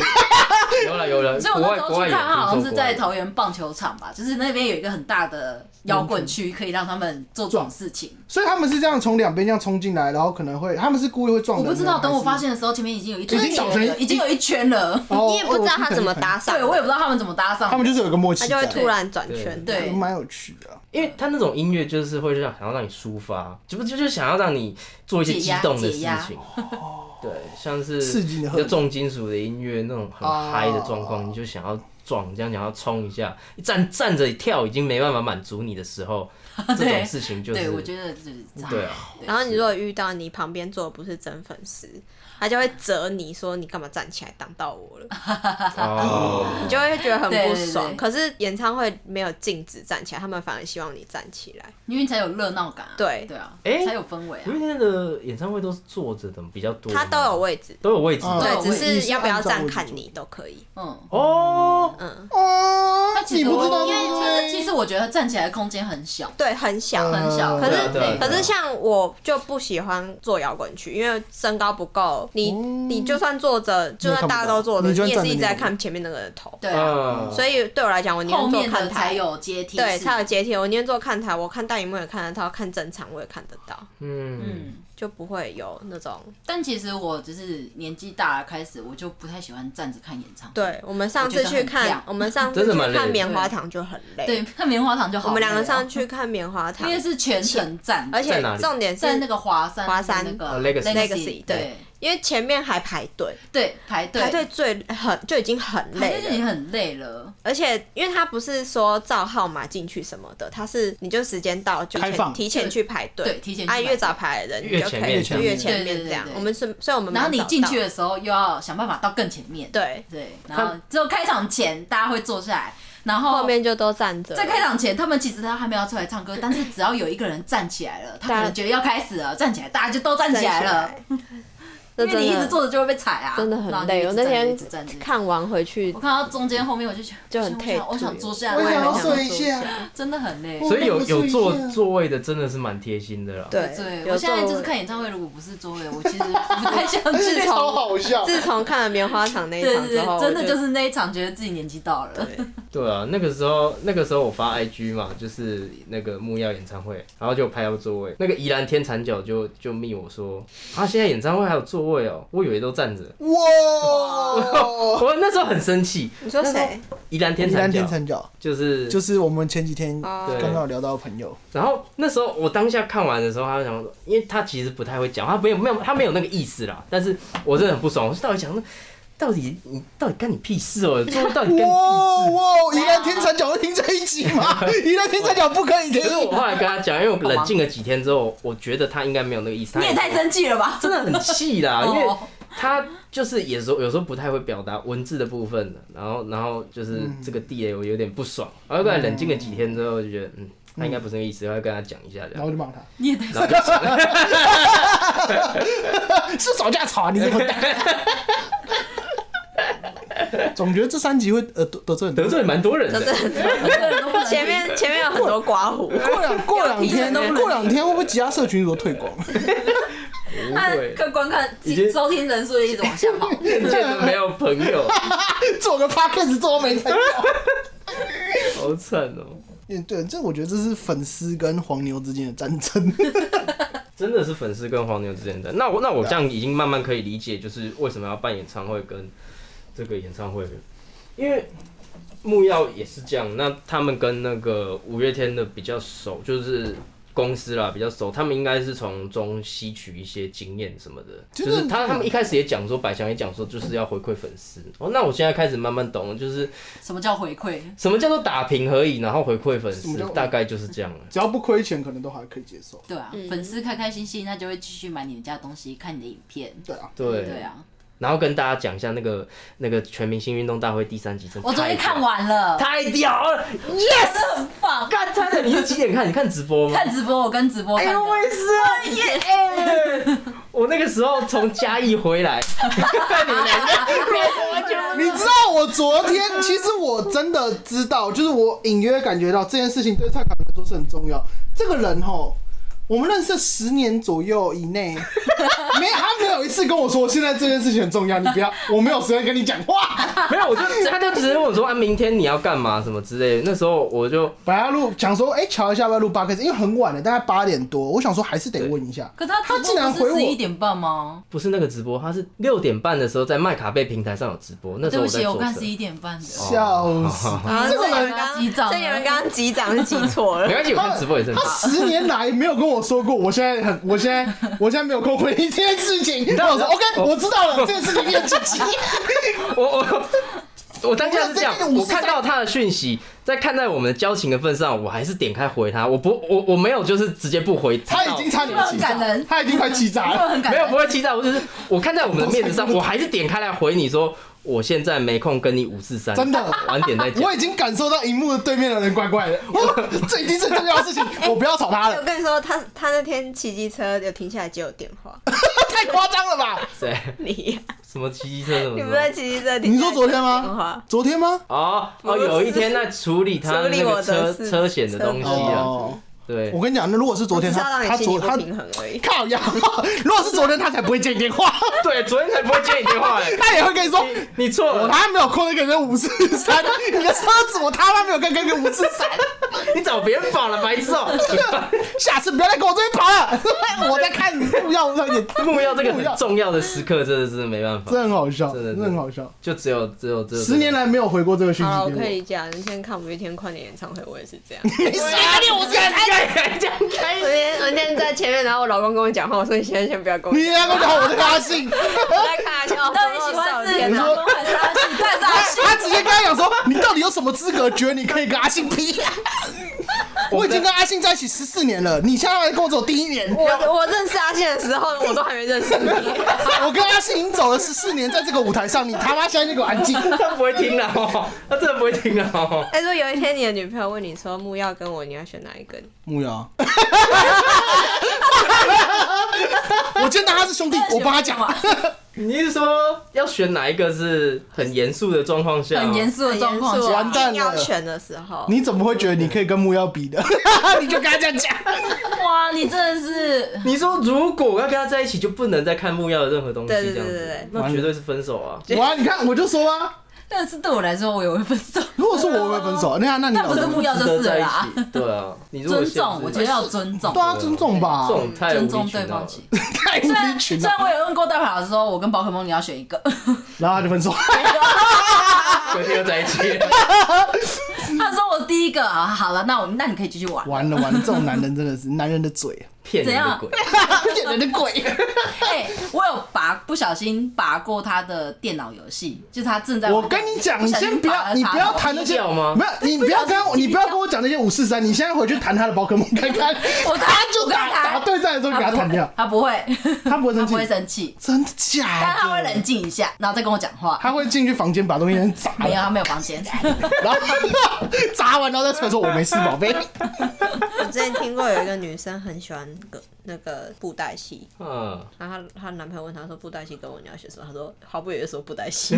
S1: 有了有了，
S3: 所以我
S1: 国
S3: 那
S1: 外
S3: 时
S1: 国
S3: 候
S1: 外
S3: 去
S1: 有
S3: 看，他好像
S1: 听
S3: 是
S1: 说
S3: 在
S1: 过
S3: 桃园棒球场吧，就是那边有一个很大的摇滚区，可以让他们做这种事情。
S4: 所以他们是这样从两边这样冲进来，然后可能会他们是故意会撞
S3: 我
S4: 人的。啊
S3: 不知道，等我
S4: 还
S3: 发
S4: 是。
S3: 现的时候，前面已经有一
S4: 经
S3: 圈
S4: 倒成
S3: 了，已经有一圈了。
S4: 哦
S2: 你也不知道他怎么，搭上，
S3: 对，我也不知道他们怎么搭上的。
S4: 他们就是有个默契
S2: 他
S4: 在，
S2: 就会突然转圈。
S3: 对
S4: 蛮有趣的啊。
S1: 因为他那种音乐就是会让想要让你抒发，就不就就想要让你做一些激动的事
S3: 解压解
S1: 情， 对，像是
S4: 刺激你的荷
S1: 比
S4: 尔
S1: 较
S4: 蒙
S1: 重金属的音乐那种很
S4: 哦
S1: 嗨的状况，你就想要撞，这样想要冲一下，站站着跳已经没办法满足你的时候，这种事情就是
S3: 对，我觉得就是这样
S1: 对啊，
S2: 然后你如果遇到你旁边坐的不是真粉丝，他就会责你说你干嘛站起来挡到我了，
S1: 哦，
S2: 你就会觉得很不爽。
S3: 对对对
S2: 可是演唱会没有禁止站起来，他们反而希望你站起来。
S3: 因为才有热闹感啊。
S2: 对
S3: 对啊，
S1: 哎
S3: 才有氛围啊
S1: 因。为现在的演唱会都是坐着的比较多，
S2: 他都有位置，
S1: 都有位置
S4: 嗯
S1: 的
S2: 对，只
S4: 你
S2: 是
S4: 是
S2: 要不要
S4: 按照
S2: 站
S4: 位置
S2: 看
S4: 坐
S2: 你都可以。
S3: 嗯，
S1: 哦，
S2: 嗯，
S4: 哦
S3: 但，其
S4: 你
S3: 实
S4: 不
S3: 我
S4: 知道，
S3: 因为其实其实我觉得站起来的空间很小，
S2: 对，很小，
S4: 嗯
S3: 很小。
S4: 可
S2: 是
S3: 很累
S2: 可是像我就不喜欢坐摇滚区，因为身高不够，你、
S4: 哦
S2: 你就算坐着，就算大家都坐着，
S4: 你
S2: 你
S4: 就
S2: 也
S4: 站着
S2: 是一直在看前面那个人头。
S3: 对啊，
S1: 嗯，
S2: 所以对我来讲，我宁
S3: 后
S2: 愿坐
S3: 面
S2: 看
S3: 的才
S2: 台，
S3: 有阶梯。
S2: 呃对，才有。阶梯。我宁愿坐看台，我看大荧幕也看得到，看正常我也看得到，
S1: 嗯，
S3: 嗯，
S2: 就不会有那种。
S3: 但其实我就是年纪大了，开始我就不太喜欢站着看演唱会。
S2: 对我们上次
S3: 我觉得
S2: 去
S3: 很
S2: 看
S3: 跳，
S2: 我们上次
S1: 真
S2: 去
S1: 的蛮累的
S2: 看棉花糖就很累。
S3: 对，看棉花糖就好
S2: 我
S3: 累哦。
S2: 们两个上去看棉花糖
S3: 因，为是全程站，
S2: 而且
S1: 在哪里
S2: 重点是
S3: 在那个华山
S2: 华山
S3: 的那
S1: 呃
S3: 个
S1: ，Legacy
S2: Legacy，
S3: 对
S2: 因为前面还排队，
S3: 对排队
S2: 排队最很就已经很累
S3: 排队
S2: 了
S3: 就已。经很累了，
S2: 而且，因为他不是说照号码进去什么的，他是你就时间到就
S4: 开放
S2: 提前去排队，
S3: 对提前去
S2: 啊，
S3: 排队
S2: 越早排的人你
S1: 越
S2: 就可以
S1: 前面
S2: 越前面
S3: 对对对
S2: 这样
S3: 对。对
S2: 我们是，所以我们
S3: 然后你
S2: 蛮早
S3: 进
S2: 到
S3: 去的时候又要想办法到更前面，
S2: 对，
S3: 对，然后只有开场前大家会坐下来，然后
S2: 后面就都站着。
S3: 在开场前他们其实他还没有出来唱歌，但是只要有一个人站起来了，他
S2: 大家
S3: 可能觉得要开始了，站起来大家就都站
S2: 站
S3: 起来了，，
S2: 这
S3: 因为你一
S2: 真
S3: 直
S2: 的
S3: 坐着就会被踩啊，
S2: 真的很累。我
S3: 然后
S2: 那
S3: 你
S2: 天
S3: 一直站着一直站着。
S2: 看完回去
S3: 我，看到中间后面我就觉得
S2: 就很
S3: 不行我想
S2: take
S3: 我想坐下
S4: 我
S2: 也
S4: 想
S3: 来，
S4: 要
S2: 想
S4: 睡一
S2: 坐下
S4: 下。
S3: 真的很累。
S1: 所以有有
S4: 我也
S1: 座
S4: 是
S1: 座位的真的是蛮贴心的啦，
S2: 对
S3: 对，
S2: 有
S3: 我现在就
S2: 座
S3: 是
S2: 位
S3: 看演唱会，如果不是座位，我其实不太想
S2: 自
S3: 去。
S2: 从
S4: 超好笑，
S2: 自从看了棉花糖那一
S3: 对
S2: 场
S3: 对
S2: 之后，
S3: 对，真的就是是那一场，觉得自己年纪到了。
S1: 对啊，那个时候那个时候我发 IG 嘛，就是那个木曜演唱会，然后就拍到座位，那个宜兰天蚕角就就密我说啊，现在演唱会还有座位哦、我以为都站着。
S4: 哇！
S1: 我那时候很生气，
S2: 你说 谁？
S1: 宜兰 天
S4: 哦宜
S1: 蚕
S4: 兰天
S1: 角
S4: 三角
S1: 就是
S4: 就
S1: 就是，
S4: 是我们前几天
S2: 哦
S1: 对
S4: 刚刚有聊到的朋友，
S1: 然后那时候我当下看完的时候，他就想说，因为他其实不太会讲，他没有没有他没有那个意思啦，但是我真的很不爽，我说到底讲那到底你到底干你屁事哦、座位到底干你屁
S4: 哇
S1: 事？
S4: 哇！宜兰天三
S2: 啊
S4: 角会听这一集吗？宜兰天三角不可以 听
S1: 可。是我后来跟他讲，因为我冷静了几天之后，我觉得他应该没有那个意思。他
S3: 你也太生气了吧？
S1: 真的很气啦，因为
S3: 哦
S1: 他就是也说有时候不太会表达文字的部分的，然后然后就是这个 D A 我有点不爽，然后后来冷静了几天之后就觉得，嗯，他应该不是那个意思，要跟他讲一下这样，
S4: 然后就骂他，
S3: 你也得
S1: 然后就算了
S4: 是吵架吵啊，你这 混蛋。总觉得这三集会呃得得罪很多
S1: 得罪蛮多人的
S2: 就。是
S3: 每个人都不能
S2: 前面前面有很多刮 胡，
S4: 过两过两
S2: 有
S4: 天
S2: 屁用
S4: 过两天会不会其他社群有退广？
S1: 不
S3: 那
S1: 会，
S3: 看观看
S1: 已经
S3: 收听人数就一直往下 跑。
S1: 渐渐的没有朋友，
S4: 做个 podcast 做没朋友。
S1: 好惨哦、
S4: 嗯，对，这我觉得这是粉丝跟黄牛之间的战争。
S1: 真的是粉丝跟黄牛之间的。那我那我这样已经慢慢可以理解，就是为什么要办演唱会跟这个演唱会，因为木曜也是这样。那他们跟那个五月天的比较熟，就是公司啦比较熟，他们应该是从中吸取一些经验什么的。
S4: 真
S1: 就
S4: 的
S1: 是他他们一开始也讲说，百祥也讲说，就是要回馈粉丝。哦，那我现在开始慢慢懂了，就是
S3: 什么叫回馈？
S1: 什么叫做打平而已，然后回馈粉
S4: 什么
S1: 丝
S4: 叫，
S1: 大概就是这样了。
S4: 只要不亏钱，可能都还可以接受。
S3: 对啊，
S2: 嗯
S3: 粉丝开开心心，他就会继续买你们家的东西，看你的影片。
S4: 对啊，
S1: 对
S3: 对啊，
S1: 然后跟大家讲一下那个那个全明星运动大会第三集，真的
S3: 我昨天
S1: 太屌
S3: 看完了，
S1: 太屌了！
S3: 真的很棒。
S1: 干真的，你是几点看？你看直播吗？
S3: 看直播，我跟直播哎
S1: 哎
S3: 看的
S1: 呦，我也是啊！耶！我那个时候从嘉义回来，你们两个
S4: 你知道我昨天，其实我真的知道，就是我隐约感觉到这件事情对蔡康永来说是很重要。这个人吼，我们认识十年左右以内，没有他没有一次跟我说现在这件事情很重要，你不要，我没有时间跟你讲话。
S1: 没有，我就他就直接问我说啊，明天你要干嘛什么之类的。那时候我就
S4: 本来要录想说，哎、乔一下要不要录八 K，因为很晚了，大概八点多，我想说还是得问一 下。
S3: 可他
S4: 他
S3: 直
S4: 竟
S3: 播
S4: 然
S3: 不
S4: 回
S3: 是
S4: 我
S3: 十一点半吗？
S1: 不是那个直播，他是六点半的时候在麦卡贝平台上有直播，那时
S3: 对
S1: 候
S3: 不
S1: 在
S3: 起，我看
S1: 做
S3: 十
S1: 事。
S3: 一点半的。
S4: 笑死！
S2: 啊，
S4: 这
S2: 这
S4: 个
S2: 你
S4: 人
S2: 们刚
S3: 击掌
S2: 这你们刚刚击掌是击错了
S1: 没。关系，我看直播也是很
S4: 他
S1: 棒。
S4: 十年来没有跟我说过，我现在很，我现在，我现在没有空回应这件事情。然后我说
S1: 你知
S4: OK，
S1: 道
S4: 我知道了，这件事情你很积极。
S1: 我我我当下是这样
S4: 我没有在跟，你
S1: 我看到他的讯息，在看在我们的交情的份上，我还是点开回他。我不，我我没有就是直接不回，直
S4: 他已
S1: 到
S4: 经差点气
S3: 这么感
S4: 炸
S3: 人，
S4: 他已经快气
S3: 有
S4: 炸
S3: 没有
S4: 了。
S3: 很感
S1: 没有不
S3: 人？
S1: 会欺诈，我就是我看在我们的面子上，
S4: 我
S1: 我还是点开来回你说，我现在没空跟你五四三，
S4: 真的
S1: 晚点再讲
S4: 我。已经感受到荧幕的对面的人怪怪的，我这已经是重要的事情，我不要吵他
S2: 我
S4: 了，
S2: 跟你说，他他那天骑机车有停下来接我电 话，
S4: 太夸张了吧？
S1: 谁？
S2: 你
S1: 什么骑机车什么
S2: 你
S1: 什
S2: 不
S1: 么
S2: 是？在骑机车？
S4: 你说昨天
S2: 电
S4: 吗
S2: 话？
S4: 昨天吗？
S1: 哦哦，
S2: 不是
S1: 有一天在处理他
S2: 处理
S1: 那
S2: 我
S1: 个
S2: 的
S1: 车
S2: 事
S1: 车险的东西啊，
S4: 哦，
S1: 对
S4: 我，跟你讲，那如果是昨天
S2: 我只是要
S4: 他，
S2: 让
S4: 他
S2: 你心
S4: 昨
S2: 里
S4: 他
S2: 不平衡而 已。
S4: 靠呀，如果是昨天他才不会接你 电话，
S1: 对，昨天才不会接你电话嘞，
S4: 他也会跟你说
S1: 你错
S4: 我
S1: 了，
S4: 他妈没有空那个人五四三，你的车子我他妈没有跟跟个五四三，
S1: 你找别人绑了，白痴 哦。
S4: 下次不要来跟我这边跑了，我在看你不要那也
S1: 木曜这个很重要的时刻，真的是没办法，
S4: 真的很好笑，
S1: 真的
S4: 真的很好笑。
S1: 就只有只有只有
S4: 十年来没有回过这个讯
S2: 好，
S4: 息
S2: 我可
S4: 给
S2: 以讲，你先看五月天跨年演唱会，我也是 这样。
S4: 我，没事啊，你五四三，
S2: 我那天我那天在前面，然后我老公跟我讲话，我说你现在先不要跟我
S4: 你
S2: 讲，
S4: 来跟我讲我的高兴，
S2: 我在看笑。
S3: 到底喜欢是
S2: 天哪
S3: 老公还是阿信？但是阿信
S4: 他直接跟他讲说，你到底有什么资格觉得你可以跟阿信比？啊 我已经跟阿信在一起十四年了，你现在来跟我走第一年，
S2: 啊我我认识阿信的时候，我都还没认识 你。
S4: 我跟阿信已经走了十四年，在这个舞台上，你他妈现在就给我安静。
S1: 他不会听的哦，他真的不会听的哦。
S2: 哎，如果有一天你的女朋友问你说木曜跟我，你要选哪一个？
S4: 木瑶， 我真当他是兄弟，我帮他讲。
S3: 嘛。
S1: 你是说要选哪一个是很严肃的状况下？
S3: 很严肃的状况
S2: 很严肃啊
S3: 下
S4: 完，蛋了
S2: 硬要选的时候，
S4: 你怎么会觉得你可以跟木瑶比的？ 你就跟他这样讲。
S3: 哇，你真的是
S1: 你说如果要跟他在一起，就不能再看木曜的任何东西，
S2: 对
S1: 这
S2: 对
S1: 样
S2: 对对
S1: 子
S2: 对，
S1: 那绝对是分手啊！
S4: 哇，你看我就说啊，
S3: 但是对我来说，我也会分手。
S4: 如果说我会分手，那样那你
S3: 那不
S4: 老
S3: 是
S4: 公
S3: 木曜
S1: 值
S3: 就
S1: 得
S3: 是
S1: 在
S3: 了
S1: 一
S3: 啦。
S1: 起，对啊，你如果
S3: 尊
S1: 限制
S3: 重，我觉得要尊重
S4: 对。啊，尊重吧
S1: 这，种太无
S3: 尊
S1: 理
S3: 重
S1: 取
S3: 对
S1: 闹
S3: 方
S1: 了。
S3: 情绪。
S4: 太无
S3: 虽
S4: 理
S3: 然
S4: 取
S3: 虽
S4: 闹
S3: 然。我有问过大牌老师说，我跟宝可梦你要选一个，
S4: 然后他就分手，
S1: 隔天又在一起，
S3: 他说我第第一个啊，好了，那我那你可以继续玩。
S4: 完了完了，这种男人真的是男人的嘴，
S1: 骗人
S3: 怎
S1: 的
S3: 样
S1: 鬼，
S4: 骗人的鬼。
S3: 哎、我有拔，不小心拔过他的电脑游戏，就是他正在玩
S4: 我
S3: 的
S4: 跟你讲，你
S3: 小心
S4: 先不
S3: 拔
S4: 要，
S3: 了
S4: 你
S3: 插
S4: 不要
S3: 头
S4: 谈那些，
S1: 低调吗
S4: 没有，你不要跟我，你不要跟我讲那些五四三，你现在回去谈他的宝可梦看看，
S3: 我
S4: 他就
S3: 我
S4: 打
S3: 看他
S4: 打对战的时候给他
S3: 不会
S4: 弹掉，
S3: 他不会，
S4: 他不会
S3: 他
S4: 生
S3: 不会
S4: 气，
S3: 生气，
S4: 真的假的？
S3: 但他会冷静一下，然后再跟我讲话。
S4: 他会进去房间把东西先砸
S3: 没有，
S4: 了，
S3: 他没有房 间。
S4: 然后砸完然后再出来说我没事，宝 贝。
S2: 我之前听过有一个女生很喜欢个那个布袋戏，
S1: 嗯，
S2: 然后她她男朋友问她说布袋戏跟我你要学什么，她说毫不犹豫说布袋戏。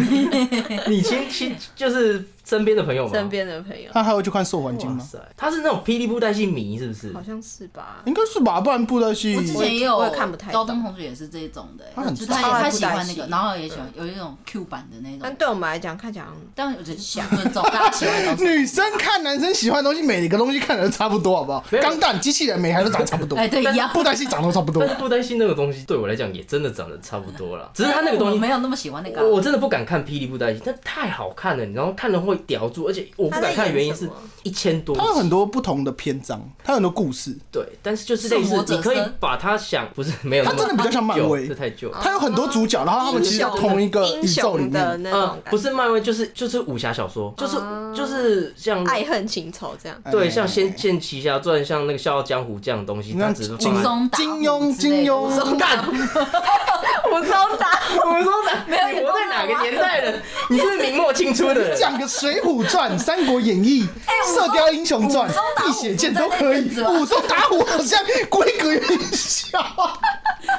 S1: 你亲亲就是身边的朋友 吗？
S2: 身边的朋友
S4: 那他会去看《兽环经》
S1: 哇
S4: 吗？
S1: 塞，他是那种霹雳布袋戏迷是不是
S2: 好？像是吧？
S4: 应该是吧，不然布袋戏
S3: 我之前也有，
S2: 我也看不太懂
S3: 高中同学也是这一种的、
S4: 他很
S3: 就是他
S2: 超爱
S3: 也他喜欢那
S2: 布袋
S3: 个，
S2: 戏
S3: 然后也喜欢有一种 Q 版的那
S2: 但
S3: 种。
S2: 对我们来讲，看起来好像
S3: 但我觉得想尊重大家喜欢的东西。
S4: 女生看男生喜欢的东西，每个东西看的都差不多，好不好？
S1: 没有
S4: 钢弹、机器人每台都长得差不多
S3: 哎、，对，一样。
S4: 布袋戏长得都差不多
S1: 但。是布袋戏那个东西对我来讲也真的长得差不 多了，只是他那个东
S2: 哎
S3: 我
S1: 西
S3: 没有那么喜欢那个
S1: 我
S3: 啊、
S1: 我真的不敢看霹雳布袋戏，但太好看了，你知道吗看了会叼住，而且我不敢看的原因是
S2: 他在演什么
S1: 一千多集，
S4: 它有很多不同的篇章，它有很多故事，
S1: 对，但是就是类似
S3: 是魔者
S1: 你可以
S3: 森
S1: 把它想不是没有那
S4: 它
S1: 么
S4: 真的比较像漫
S1: 久呃
S4: 威
S1: 这太
S2: 哦
S1: 旧。
S4: 它有很多主角，然后他们其实在同一个宇
S2: 英
S4: 宙里
S2: 雄的
S4: 面。哎嗯
S2: 那
S1: 呃
S2: 种，感觉，
S1: 不
S2: 啊
S1: 是漫威，就是就是武侠小说，就是就是像
S2: 爱恨情仇这样。
S1: 对
S4: 哎
S1: 像《仙剑奇侠传》像那个《笑傲江湖》这样的东西，
S4: 那
S1: 它只是
S4: 金
S1: 放在
S3: 松打
S4: 金
S3: 虎
S4: 庸，
S3: 之类
S4: 金
S3: 的
S4: 庸，
S1: 干，
S2: 我超 打，
S1: 我说的
S3: 没有
S1: 你活在哪个年代了？ 你是明末清初的人，
S4: 讲个《水浒传》《三国演义》《射雕英雄传》
S3: 哎武松打
S4: 《
S3: 虎
S4: 碧血剑》都可以
S3: 在那阵子。吧
S4: 武松打虎好像规格有点小，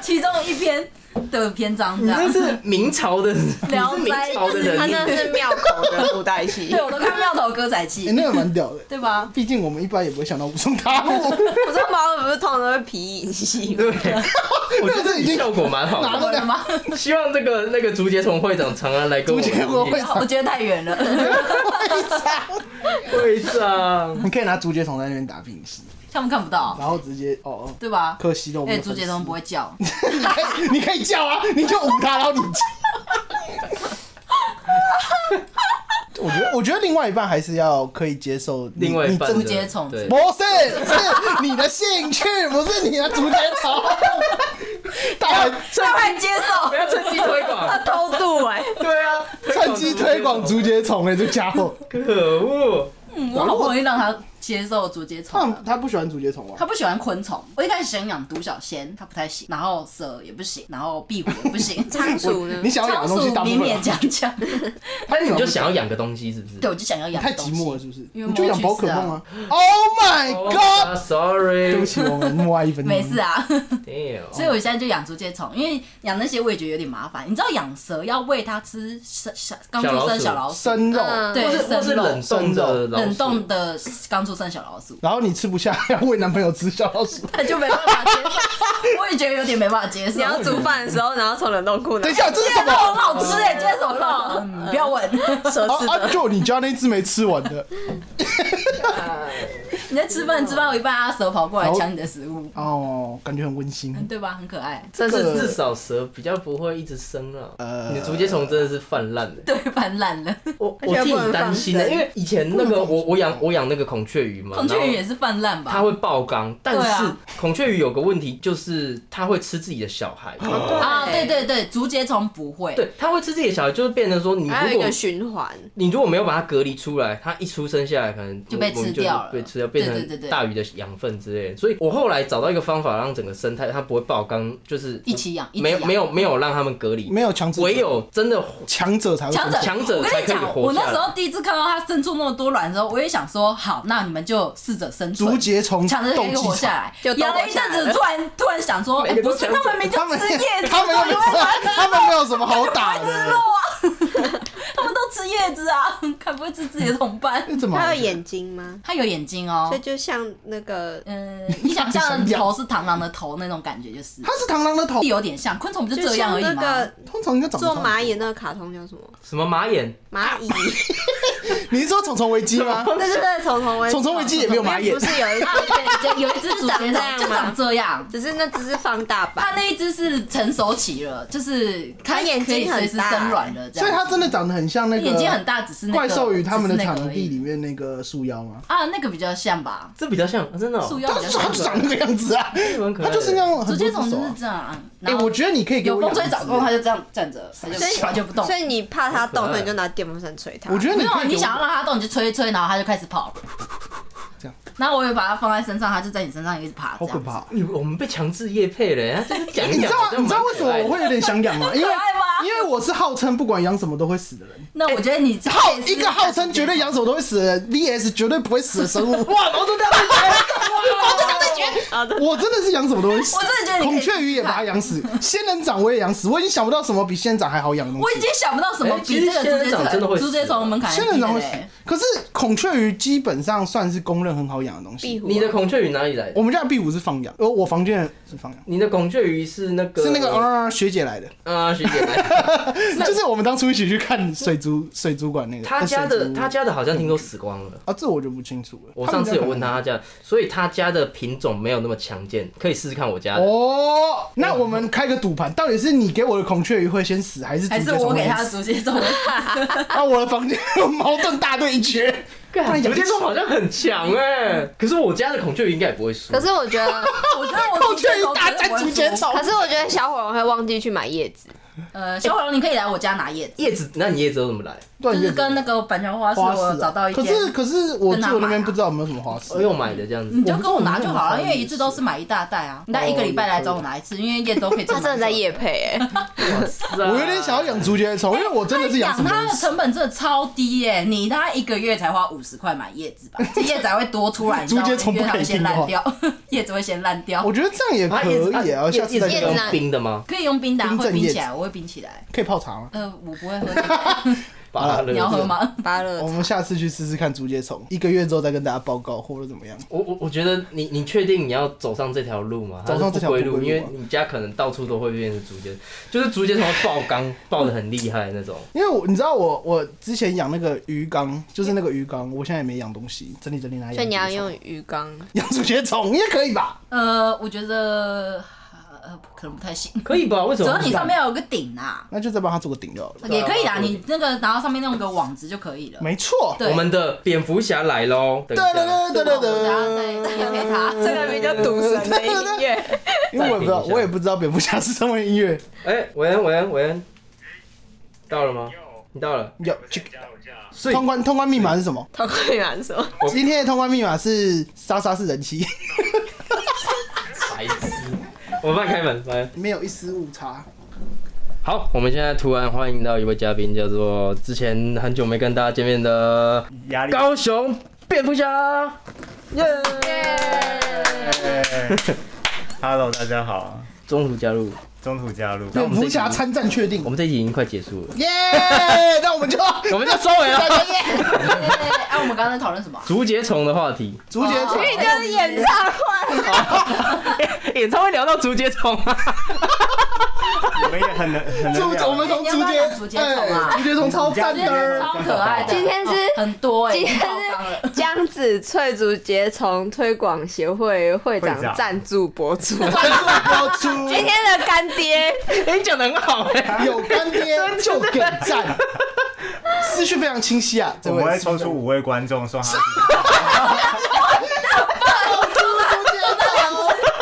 S3: 其中一篇的篇章这
S1: 你
S3: 样
S1: 那。是明朝的，你
S3: 聊
S1: 是明
S3: 斋
S1: 朝的人，
S2: 他那是庙口的 布袋戏
S3: 对，。我都看妙头哥仔
S4: 哎，
S3: 戏，
S4: 那个蛮屌的。
S3: 对 吧？
S4: 毕竟我们一般也不会想到武松打虎，
S2: 我说毛不是通常都会皮影戏吗？
S1: 对，我觉得
S4: 已经
S1: 效果蛮好
S4: 拿
S1: 的。
S4: 到
S3: 我
S4: 两
S3: 的吗？
S1: 希望这个那个竹节虫会长长安来跟我
S4: 竹节虫
S1: 们
S4: 会
S3: 我觉得太远了。
S1: 会长，
S4: 你可以拿竹节虫在那边打拼戏，
S3: 他们看不到，
S4: 然后直接哦哦，
S3: 对吧？
S4: 可惜了我们
S3: 哎，
S4: 的
S3: 朱
S4: 粉丝。
S3: 杰东不会叫，
S4: 你可以你可以叫啊，你就 捂他，然后你叫。我觉得，我觉得另外一半还是要可以接受你
S1: 另外一
S4: 你
S1: 半
S4: 真
S3: 竹
S4: 的
S3: 节虫
S1: 对
S4: 不是是你的兴趣，不是你的竹节 虫。大家
S3: 他会接受
S1: 不。要趁机推 广，
S2: 偷渡哎，
S1: 对啊，
S4: 趁机推广竹节虫哎，这家伙，
S1: 可恶，
S3: 嗯我好不容易让他接受竹节
S4: 他
S3: 虫了。
S4: 他不喜欢竹节虫啊，
S3: 他不喜欢昆虫，我一开始想养独角仙，他不太行，然后蛇也不行，然后壁虎也不行，
S2: 仓鼠呢
S4: 你？想要养
S3: 仓
S4: 的
S3: 鼠
S4: 东西大部
S3: 勉
S4: 分
S3: 勉
S4: 啊
S3: 强强。
S1: 但是你就想要养个东西是不是？
S3: 对，我就想要
S4: 你
S3: 养
S4: 太
S3: 东
S4: 寂
S3: 西
S4: 寞了，是不是？
S3: 因为
S4: 你就养宝
S3: 摸
S4: 可
S3: 去世啊
S4: 梦啊！Oh my god！
S1: s o r r
S4: 对
S1: y
S4: 不起，我们默哀一分钟。
S3: 没事啊，
S4: 嗯
S3: 所以
S1: ，damn，
S3: 我现在就养竹节虫，因为养那些我也觉得有点麻烦。你知道养蛇要喂它吃小小刚出生小老鼠，
S4: 生肉，
S2: 嗯
S1: 或
S3: 对
S1: 是或是冷冻的老鼠
S3: 冷冻的刚出生小老鼠，
S4: 然后你吃不下，要喂男朋友吃小老 鼠。
S3: 那就没办法接受。我也觉得有点没办法接受。
S2: 你要煮饭的时候，然后从冷冻库拿。
S4: 等一下，这是什
S3: 肉很
S4: 么？
S3: 好吃哎，今天什么肉？嗯不要问，
S2: 手
S4: 啊
S2: 指
S4: 啊！
S2: 的，
S4: 就你家那只没吃完的。
S1: 哎
S3: 你在吃饭吃到一半，阿蛇跑过来抢你的食物，
S4: 哦，感觉很温馨。
S3: 嗯对吧？很可爱。
S1: 但是至少蛇比较不会一直生了。
S4: 呃
S1: 你的竹节虫真的是泛滥的，
S3: 对，反烂了。
S1: 我
S2: 而
S1: 我
S2: 且
S1: 替
S2: 不能
S1: 你担
S2: 放
S1: 心的，
S2: 生
S1: 因为以前那
S4: 不能
S1: 个
S4: 放
S1: 我我养
S4: 生
S1: 我养那个孔雀鱼嘛，
S3: 孔雀
S1: 然后
S3: 鱼也是泛滥吧？
S1: 它会爆缸，但
S3: 对
S1: 是
S3: 啊
S1: 孔雀鱼有个问题就是它会吃自己的小孩，
S3: 啊，对对对，竹节虫不会。
S1: 对，它会吃自己的小孩，就是变成说你
S2: 还
S1: 如
S2: 有一
S1: 果
S2: 个循环，
S1: 你如果没有把它隔离出来，它一出生下来可能
S3: 就被
S1: 我们
S3: 吃掉了
S1: 被吃掉，变
S3: 对对对
S1: 成
S3: 对
S1: 大鱼的养分之类的。所以我后来找到一个方法，让整个生态它不会爆缸，就是
S3: 一起养一起
S1: 没有
S3: 养
S1: 没有没有让它们隔离，
S4: 没有强者，
S1: 唯有真的
S4: 强者才会
S3: 强者，
S1: 强者
S3: 我跟
S1: 才
S3: 你
S1: 可以
S3: 讲，
S1: 活
S3: 我
S1: 下
S3: 那时
S1: 来
S3: 候第一次看到它生出那么多卵的时候，我也想说，好，那你们就适者生存，
S4: 竹节虫
S3: 抢着可
S4: 嗯斗
S3: 以
S4: 技
S3: 活下
S4: 场。
S3: 来
S2: 就。斗
S3: 养
S2: 过
S3: 了一阵
S2: 下来
S3: 子，突然突然想说，哎，
S1: 每个
S3: 不
S1: 都
S3: 是
S1: 抢着
S3: 他们没就
S4: 他们
S3: 吃叶 子，
S4: 他们
S3: 怎么
S4: 又没
S3: 会把它
S4: 他们没有什么好打
S3: 吃肉
S4: 的。
S3: 啊，他们都吃叶子啊， 还不会吃自己的同伴。
S4: 那怎么？
S2: 它有眼睛吗？
S3: 它有眼睛哦
S2: 所以，就像那个，
S3: 嗯，你想象的头是螳螂的头那种感觉，就是
S4: 它是螳螂的头，
S3: 有点像昆虫，不就
S2: 就
S3: 这样
S2: 像
S3: 而已
S2: 那
S3: 吗
S2: 个？
S4: 通常应该长得
S2: 做
S4: 差不多
S2: 蚂蚁。那个卡通叫什么？
S1: 什么马眼，
S2: 蚂蚁，
S4: 你是说《虫虫危机》吗？
S2: 对对对，虫虫危
S4: 虫虫危机也没有蚂蚁
S2: 不是有一只
S3: 啊，对，就有一只竹
S2: 长
S3: 节
S2: 这样
S3: 虫就
S2: 吗
S3: 长这样，啊
S2: 只是那只是放大版，
S3: 它那一只是成熟期了，就是
S2: 它眼睛
S3: 可以随
S2: 很
S3: 时
S2: 大欸
S3: 生卵了，这
S4: 所以
S3: 样。
S4: 它真的长得很像那个
S3: 眼睛很大，只是那个
S4: 怪兽斗鱼他们的
S3: 只是那
S4: 场
S3: 个而
S4: 地
S3: 已
S4: 里面那个树妖吗？
S3: 啊，那个比较像吧，
S1: 这比较像，啊真的哦，
S3: 树
S4: 他
S3: 妖比
S4: 就
S3: 较
S4: 是他
S3: 像
S4: 就。长那个样子啊，
S1: 这蛮可爱
S4: 他
S1: 的。
S4: 就是那样
S3: 竹
S4: 很
S3: 节
S4: 不
S3: 虫
S4: 爽
S3: 就
S4: 啊
S3: 是。这样啊，
S4: 哎，
S3: 然后
S4: 我觉得你可以给
S3: 有
S4: 我
S3: 风吹
S4: 养
S3: 草
S4: 只
S3: 动，它就这样站着，它就
S2: 所以
S3: 完全不动
S2: 所。以你怕它动，
S1: 好可
S2: 所
S1: 爱
S2: 以你就拿电风扇吹它。哦
S4: 欸我觉得
S3: 没
S4: 你
S3: 有啊，
S4: 可以
S3: 你
S4: 给我
S3: 想要让它动，你就吹一吹，然后它就开始跑。
S4: 这样。
S3: 然后我也把它放在身上，它就在你身上一直爬，
S4: 好
S3: 这
S4: 可
S3: 样子。
S4: 怕哦。
S1: 你我们被强制夜配了，他这个讲一
S4: 哎你知
S1: 讲
S4: 道
S1: 好像蛮可爱的，
S4: 吗你知道为什么我会有点想 养吗？因为
S3: 可爱吗
S4: 因为我是号称不管养什么都会死的人，
S3: 那我觉得你
S4: 哎号一个号称绝对养什么都会死的人，VS 绝对不会死的生 物。
S1: 哇毛都掉下来了，毛都掉下来了，
S2: 好的，
S4: 我真的是养什么都会死，
S3: 我真的觉得你可以
S4: 孔雀鱼也把它养死，仙人掌我也养死，我已经想不到什么比仙人掌还好养的东
S3: 我已
S4: 西。
S3: 经想不到什么比这个竹
S1: 哎
S3: 节
S1: 其实仙人掌真的
S3: 虫
S1: 会死
S3: 竹节虫门槛还
S4: 仙人
S3: 低
S4: 掌
S3: 的
S4: 会死
S3: 嘞。，
S4: 可是孔雀鱼基本上算是公认很好养的东
S2: 壁
S4: 西。
S2: 虎啊，
S1: 你的孔雀鱼哪里来的？
S4: 我们家的壁虎是放养，而我房间是放养，
S1: 你的孔雀鱼是那个
S4: 是那个啊学姐来的，
S1: 啊学姐来的，
S4: 就是我们当初一起去看水族水族馆那个。呃
S1: 他家
S4: 水
S1: 的
S4: 族
S1: 他家的好像听说死光了。
S4: 啊，这我就不清楚了。
S1: 我上次有问
S4: 他
S1: 他他家，所以他家的品种没有那么强健，可以试试看我家
S4: 们家可能。
S1: 的。
S4: 哦，那我们开个赌盘，到底是你给我的孔雀鱼会先死，还是
S3: 还是
S4: 竹节虫
S3: 我
S4: 会
S3: 给
S4: 先
S3: 它的
S4: 死？
S3: 竹节虫会死？
S4: 啊，我的房间有矛盾大对 决。不然
S1: 竹
S4: 养
S1: 节虫好像很强哎，可是我家的孔雀鱼应该也不会输。
S2: 可是我觉得，
S3: 我觉得我
S4: 孔雀鱼
S3: 虫
S4: 大
S3: 绝对
S4: 战
S3: 不会
S4: 竹节
S3: 输
S4: 虫，
S2: 可是我觉得小火龙会忘记去买叶子，
S3: 呃，
S4: 哎
S3: 小火龙，你可以来我家拿叶子，
S1: 叶子，那你叶子都怎么来？
S4: 对
S3: 就是跟那个板桥花市，
S4: 花市
S3: 我
S4: 啊
S3: 找到一
S4: 可
S3: 间，
S4: 是可是我
S3: 跟他
S4: 住那边
S3: 买啊
S4: 不知道有没有什么花市
S1: 我。用买的这样子
S3: 你。就跟我拿就好
S4: 我不知道
S3: 了，因为一次都是买一大袋啊，你大概一个礼拜来找我拿一次，因为叶子都可以。
S2: 他真的在夜。配哎，
S1: 我
S4: 我有点想要养竹节虫，因为我真的是养
S3: 养
S4: 什么
S3: 它
S4: 都
S3: 的
S4: 死。
S3: 成本真的超低耶、你大概一个月才花五十块买叶子吧，这叶子还会多出来，你知道吗
S4: 竹节虫
S3: 因为它
S4: 不可
S3: 会
S4: 以
S3: 先烂掉，叶子会先烂掉
S4: 我。觉得这样也
S1: 啊
S4: 可
S1: 叶子
S4: 以啊，下次再
S1: 叶
S2: 叶子
S1: 子用
S2: 拿
S1: 冰的吗？
S3: 可以用冰的啊，
S4: 冰镇
S3: 会冰
S4: 叶
S3: 起
S4: 子
S3: 来，我会冰起来。
S4: 可以泡茶吗？
S3: 呃，我不会 喝，
S1: 芭乐
S3: 啊你要喝吗？
S2: 芭乐
S4: 我们下次去试试看竹节虫，一个月之后再跟大家报告或者怎么样。
S1: 我我我觉得你你确定你要走上这条路吗？
S4: 走上这条
S1: 它是不归
S4: 不
S1: 路，
S4: 归
S1: 因为
S4: 路啊
S1: 你家可能到处都会变成竹节，就是竹节虫会爆缸爆的很厉害那种。
S4: 因为我你知道我我之前养那个鱼缸，就是那个鱼缸，我现在也没养东西，整理整理拿来养。
S2: 所以你要用鱼缸，
S4: 养竹节虫应该可以吧？
S3: 呃，我觉得呃可能不太行，
S1: 可以吧？为什
S3: 只
S1: 么
S3: 要
S1: 不
S3: 你
S1: 行？
S3: 上面要有个顶啊，
S4: 那就再帮它做个顶就好了。
S3: 也可以啦，你那个然后上面弄个网子就可以了。
S4: 没错。
S3: 对
S1: 我们的蝙蝠侠来喽！等一
S4: 对
S1: 下，
S4: 对对对对
S3: 对
S4: 对。
S3: 再给 他，这个比较
S2: 赌神的音 乐，
S4: 因为我也
S1: 再听
S4: 不知道，
S1: 一下
S4: 我也不知道蝙蝠侠是什么音乐。
S1: 哎，韦恩，韦恩，韦恩，到了吗？你到了，
S4: 有
S5: 我
S4: 去
S5: 在家，我在家。
S1: 所以
S4: 通关通关密码是什么？
S2: 他会难受。
S1: 我
S4: 今天的通关密码是莎莎是人妻，
S1: 白痴。我们帮你开门，来。
S4: 没有一丝误差。
S1: 好，我们现在突然欢迎到一位嘉宾，叫做之前很久没跟大家见面的
S5: 压力
S1: 高雄蝙蝠侠，耶、
S5: 哎 Hello，大家好，
S1: 中途加入，
S5: 中途加入。
S4: 蝙蝠侠参战确定
S1: 我。们这一集已经快结束了，
S4: 耶！那我们就
S1: 我们就收尾了。
S3: 哎，我们刚刚在讨论什么？
S1: 竹节虫的话 题，
S4: 竹节虫
S3: 哦
S2: 玉哥的演唱会，
S1: 演唱会聊到竹节虫啊，
S5: 我们也很能很
S4: 竹
S5: 能聊
S4: 我们从
S3: 你要不要讲竹
S4: 竹节，
S3: 节虫啊
S4: 哎竹节虫超赞
S3: 今天
S4: 的。
S3: 超可爱的，
S2: 今天是
S3: 哦很多哎，
S2: 今天
S3: 我爆缸 了
S2: 是江子翠竹节虫推广协会会
S5: 会
S2: 长
S5: 长
S2: 赞助博主，
S4: 赞助播出，
S2: 今天的干爹，
S1: 你讲的很好哎、
S4: 有干爹就给赞，思绪非常清晰啊！这
S5: 我
S4: 位
S5: 们会抽出五位观众，说他啊是
S3: 我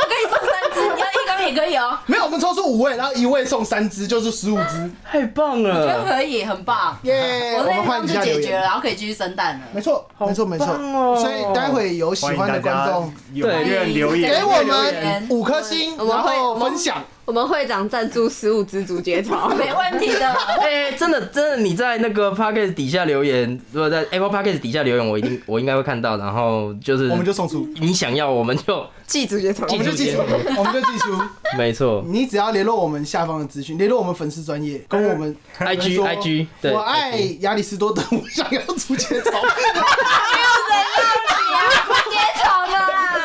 S3: 跟你说三只，你要一缸也可以哦，
S4: 没有，我们抽出五位，然后一位送三只，就是十五只，
S1: 太棒
S3: 我觉得
S1: 了，
S3: 可以，很棒。
S4: 耶！
S3: 我
S4: 我
S3: 那
S4: 们
S3: 一
S4: 换
S3: 缸
S4: 一
S3: 就
S4: 下留
S3: 解决了，
S4: 言，
S3: 然后可以继续生蛋了。
S4: 没错，没错，没错
S1: 棒哦。
S4: 所以待会有喜
S5: 欢
S4: 欢的
S5: 迎大
S4: 观
S5: 家
S4: 众，
S5: 踊跃留言，
S4: 给我
S3: 留
S4: 们
S3: 言
S4: 五颗星，
S2: 我们
S4: 然
S2: 会
S4: 后分享。
S2: 我们会长赞助十五只竹节虫，
S3: 没问题的，
S1: 哎、真的真的，你在那个 p o c k e t 底下留言，如果在 Apple p o c k e t 底下留言，我一定 我应该会看到，然后就是
S4: 我们就送出，
S1: 你想要我们就
S2: 记竹节虫，
S4: 我们就寄出， 我们就寄出。
S1: 没 错
S4: 你只要联络我们下方的资讯，联络我们粉丝专业，跟我 们
S1: ，IG
S4: 说
S1: IG 对，
S4: 我爱亚里士多德，我想要竹节虫。
S2: 竹节虫了啦，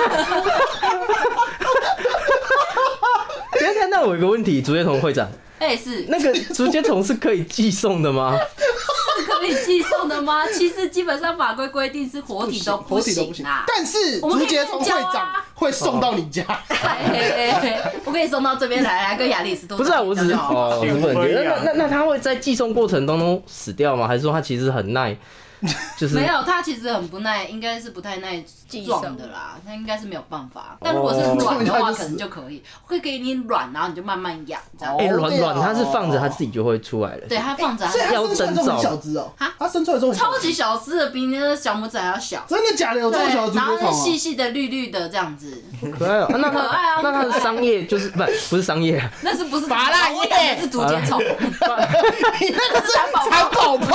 S1: 等一下，那我有一个问题，竹节虫会长，
S3: 哎，是
S1: 那 个竹节虫是可以寄送的吗？
S3: 是可以寄送的吗？其实基本上法规规定是活体都
S4: 活体都不
S3: 行啊
S4: 行
S3: 啦。
S4: 但是竹节虫会
S3: 啊
S4: 长会送到你家，
S1: 哦
S3: 嘿嘿嘿嘿我给你送到这边来，来跟亚里士多
S1: 不是啊，我只是哦，我
S5: 幸
S1: 是问
S5: 亏
S1: 题。
S5: 啊
S1: 那那那他会在寄送过程当中死掉吗？还是说他其实很耐就是
S3: 没有，他其实很不耐，应该是不太耐撞的啦，他应该是没有办法。但如果
S4: 哦
S3: 是软的话，可能就可以，会给你软，然后你就慢慢养这样。
S1: 哎
S4: 哦哎
S1: 卵
S4: 对
S1: 卵
S4: 啊
S1: 它是放着它自己就会出来了。
S3: 对，它放着它
S4: 所以它
S1: 要
S4: 生出来
S1: 征
S4: 之后
S1: 兆
S4: 很小只哦
S3: 啊，
S4: 它生出来之后很小
S3: 超级小只的，比那个小拇指还要小。
S4: 真的假的？有这么
S3: 对
S4: 小的，
S3: 然
S4: 竹
S3: 后
S4: 节虫
S3: 是
S4: 啊
S3: 细细的、绿绿的这样子，
S1: 可爱哦、啊那
S3: 可爱啊
S1: 那它的商业就是不不是商业 啊，
S3: 那是不是
S4: 麻辣
S3: 我讲的
S4: 叶
S3: 是竹节虫，
S4: 你那个是
S3: 蚕宝宝
S4: 蚕宝宝，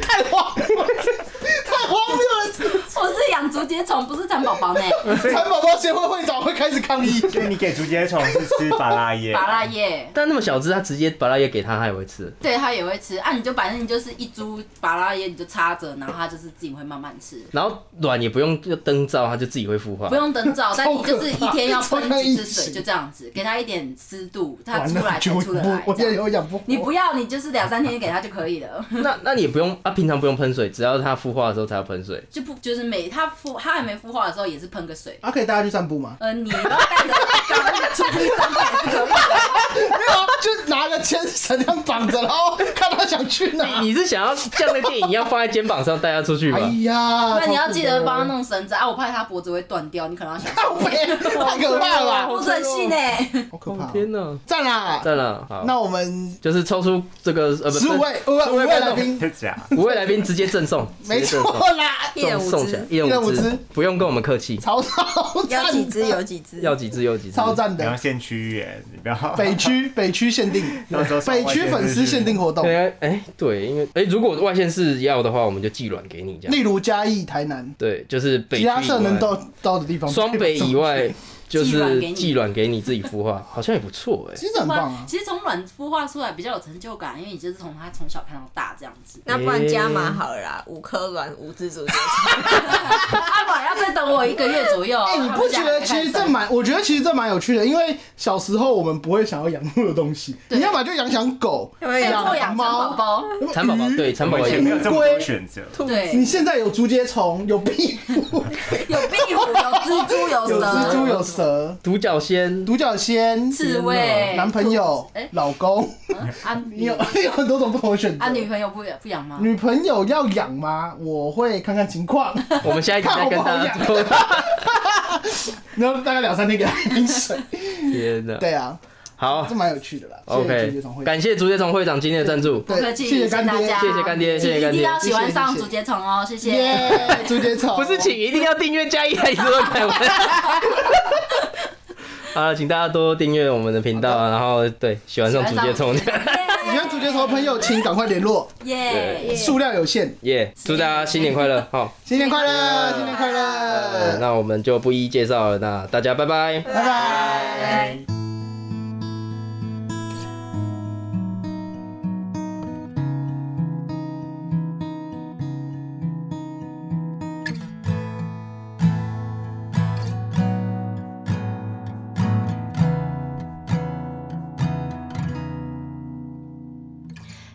S4: 太荒谬了， 太荒谬了！
S3: 我是养竹节虫，不是蚕宝宝呢。
S4: 蚕宝宝协会会长会开始抗议。
S5: 所以你给竹节虫是吃法 拉叶，
S3: 拔蜡叶，
S1: 但那么小只，它直接把它也给它，它也会吃。
S3: 对它也会吃啊，你就反正你就是一株拔蜡叶，你就插着，然后它就是自己会慢慢吃。
S1: 然后卵也不用就灯罩，它就自己会孵化
S3: 不。用灯罩，但你就是一天要
S4: 超可怕
S3: 喷几次
S4: 超像疫情
S3: 水，就这样子，给它一点湿度，它
S4: 完
S3: 出
S4: 了
S3: 来才出得来
S4: 我。
S3: 这
S4: 也
S3: 样
S4: 有养不活。
S3: 你不要，你就是两三天给它就可以了，
S1: 那那你也不用啊，平常不用喷水，只要它孵化的时候才要喷水。
S3: 就不就是每它孵它还没孵化的时候也是喷个水。
S4: 啊，可以带它去散步吗？
S3: 呃，你要带着刚出去上班也是可以的，
S4: 没有啊，就拿个牵绳这样绑着，然后 看它想去哪。
S1: 你是想要像那电影一样放在肩膀上带它出去
S4: 哎
S1: 吗？
S4: 呀，
S3: 那你要记得帮它弄绳子啊，我怕它脖子会断掉，你可能要小心。
S4: 靠背，太可怕啊了吧，
S3: 不准信欸呢，
S4: 好可怕
S1: 哦
S4: 哦！
S1: 天哪！
S4: 赞啦！
S1: 在了，好，
S4: 那我们
S1: 就是抽出这个呃不
S4: 十五位五位
S1: 十
S4: 五
S1: 五位
S4: 位来
S1: 观众，
S4: 宾，
S5: 是假。
S1: 五位来宾直接赠送，
S4: 没
S1: 直接赠
S4: 错
S1: 送
S4: 啦，
S2: 一人五
S1: 送起来
S2: 只，，
S1: 一
S4: 一
S1: 人
S4: 人
S1: 五
S4: 五
S1: 只
S4: 只，
S1: 不用跟我们客气，
S4: 超超赞
S2: 有
S4: 的，
S2: 几只有几只，
S1: 要几只有几只，
S4: 超赞
S5: 你要
S4: 的，
S5: 限区域耶，你不要
S4: 北区北区限定，
S5: 到时候上
S4: 北
S5: 外
S4: 区粉丝限定活动，
S1: 对啊，哎，对，因为哎，如果外县市要的话，我们就寄卵给你这样。
S4: 例如嘉义、台南，
S1: 对，就是北区
S4: 其他
S1: 以
S4: 社能
S1: 外
S4: 到到的地方，
S1: 双北以外，就
S3: 寄卵
S1: 是
S3: 给你
S1: 寄卵给你自己孵化，好像也不错哎。
S4: 其实很棒 啊。
S3: 其实从卵孵化出来比较有成就感，因为你就是从它从小看到大这样子。
S2: 那不然加码好了啦，五颗卵，五只竹节虫。
S3: 啊阿宝要再等我一个月左右。
S4: 哎、你不觉得其实这蛮，我觉得其实这蛮有趣的，因为小时候我们不会想要养那么多东西，
S3: 对
S4: 你要么就养养狗，
S2: 因为
S3: 被
S4: 养
S3: 迫养蚕宝宝？
S1: 蚕宝宝
S4: 鱼
S1: 对蚕宝
S5: 我
S1: 宝
S5: 以
S1: 也
S5: 前没有这么多选择，
S4: 你
S3: 对，
S4: 现在有竹节虫，有壁虎，
S3: 有壁虎，有蜘蛛，有
S4: 有
S3: 蛇，
S4: 蜘蛛，有蛇，
S1: 独角仙，
S4: 独角仙，
S3: 刺猬，
S4: 男朋友
S3: 兔子哎、
S4: 老公，
S3: 啊，
S4: 你有 有很多种不同的选择
S3: 啊，。女朋友不不养吗？
S4: 女朋友要养吗？我会看看 情况，
S1: 我们下一集再跟大家 说。
S4: 然后大概两三天给他饮 水。
S1: 天哪，
S4: 对啊，
S1: 好
S4: 这蛮有趣的啦。谢谢竹节
S1: 哦，OK，
S4: 虫会长，
S1: 感谢竹节虫会长今天的赞助，
S3: 不客
S4: 对，
S3: 气，
S4: 谢谢干
S3: 大
S4: 爹，
S3: 家，
S1: 谢谢干爹谢谢干爹
S3: 一定要喜欢上竹节虫哦，谢谢。
S4: 耶，竹节虫
S1: 不是请一定要订阅加一台一直都台湾。 好了，请大家多订阅我们的频道，啊然后对喜欢上竹节虫，
S4: 喜欢竹节虫的朋友，请赶快联络，
S3: 耶，
S4: 数量有限。
S1: 耶！祝大家新年快乐，好，
S4: 新年快乐，新年快
S1: 呃
S4: 乐，
S1: 那我们就不一一介绍了，那大家拜拜。
S4: 拜拜。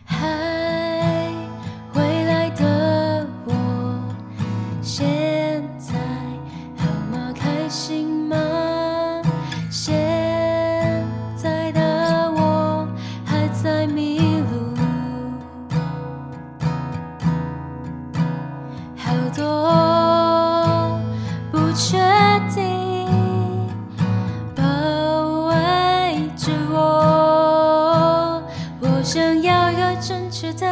S6: 嗨，未来的我，现在好吗？开心吗？现在的我还在迷路，好多不确定包围着我。我想要有正确的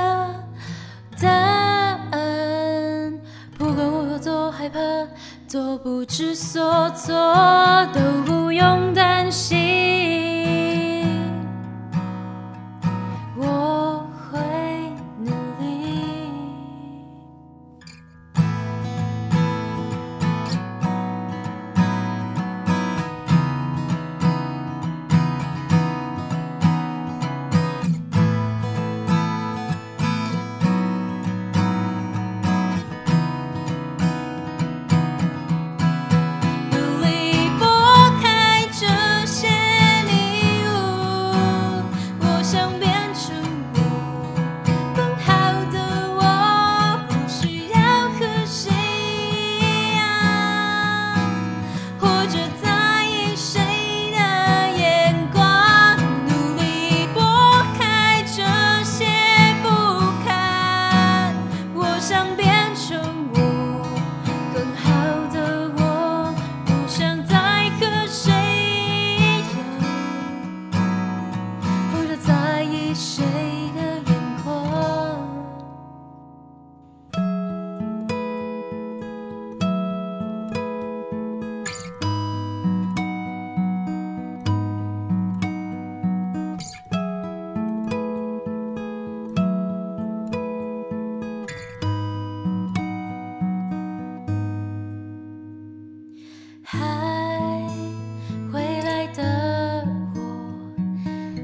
S6: 答案，不管我有多害怕，多不知所措，都不用担心。我会努力。努力拨开这些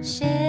S6: 谁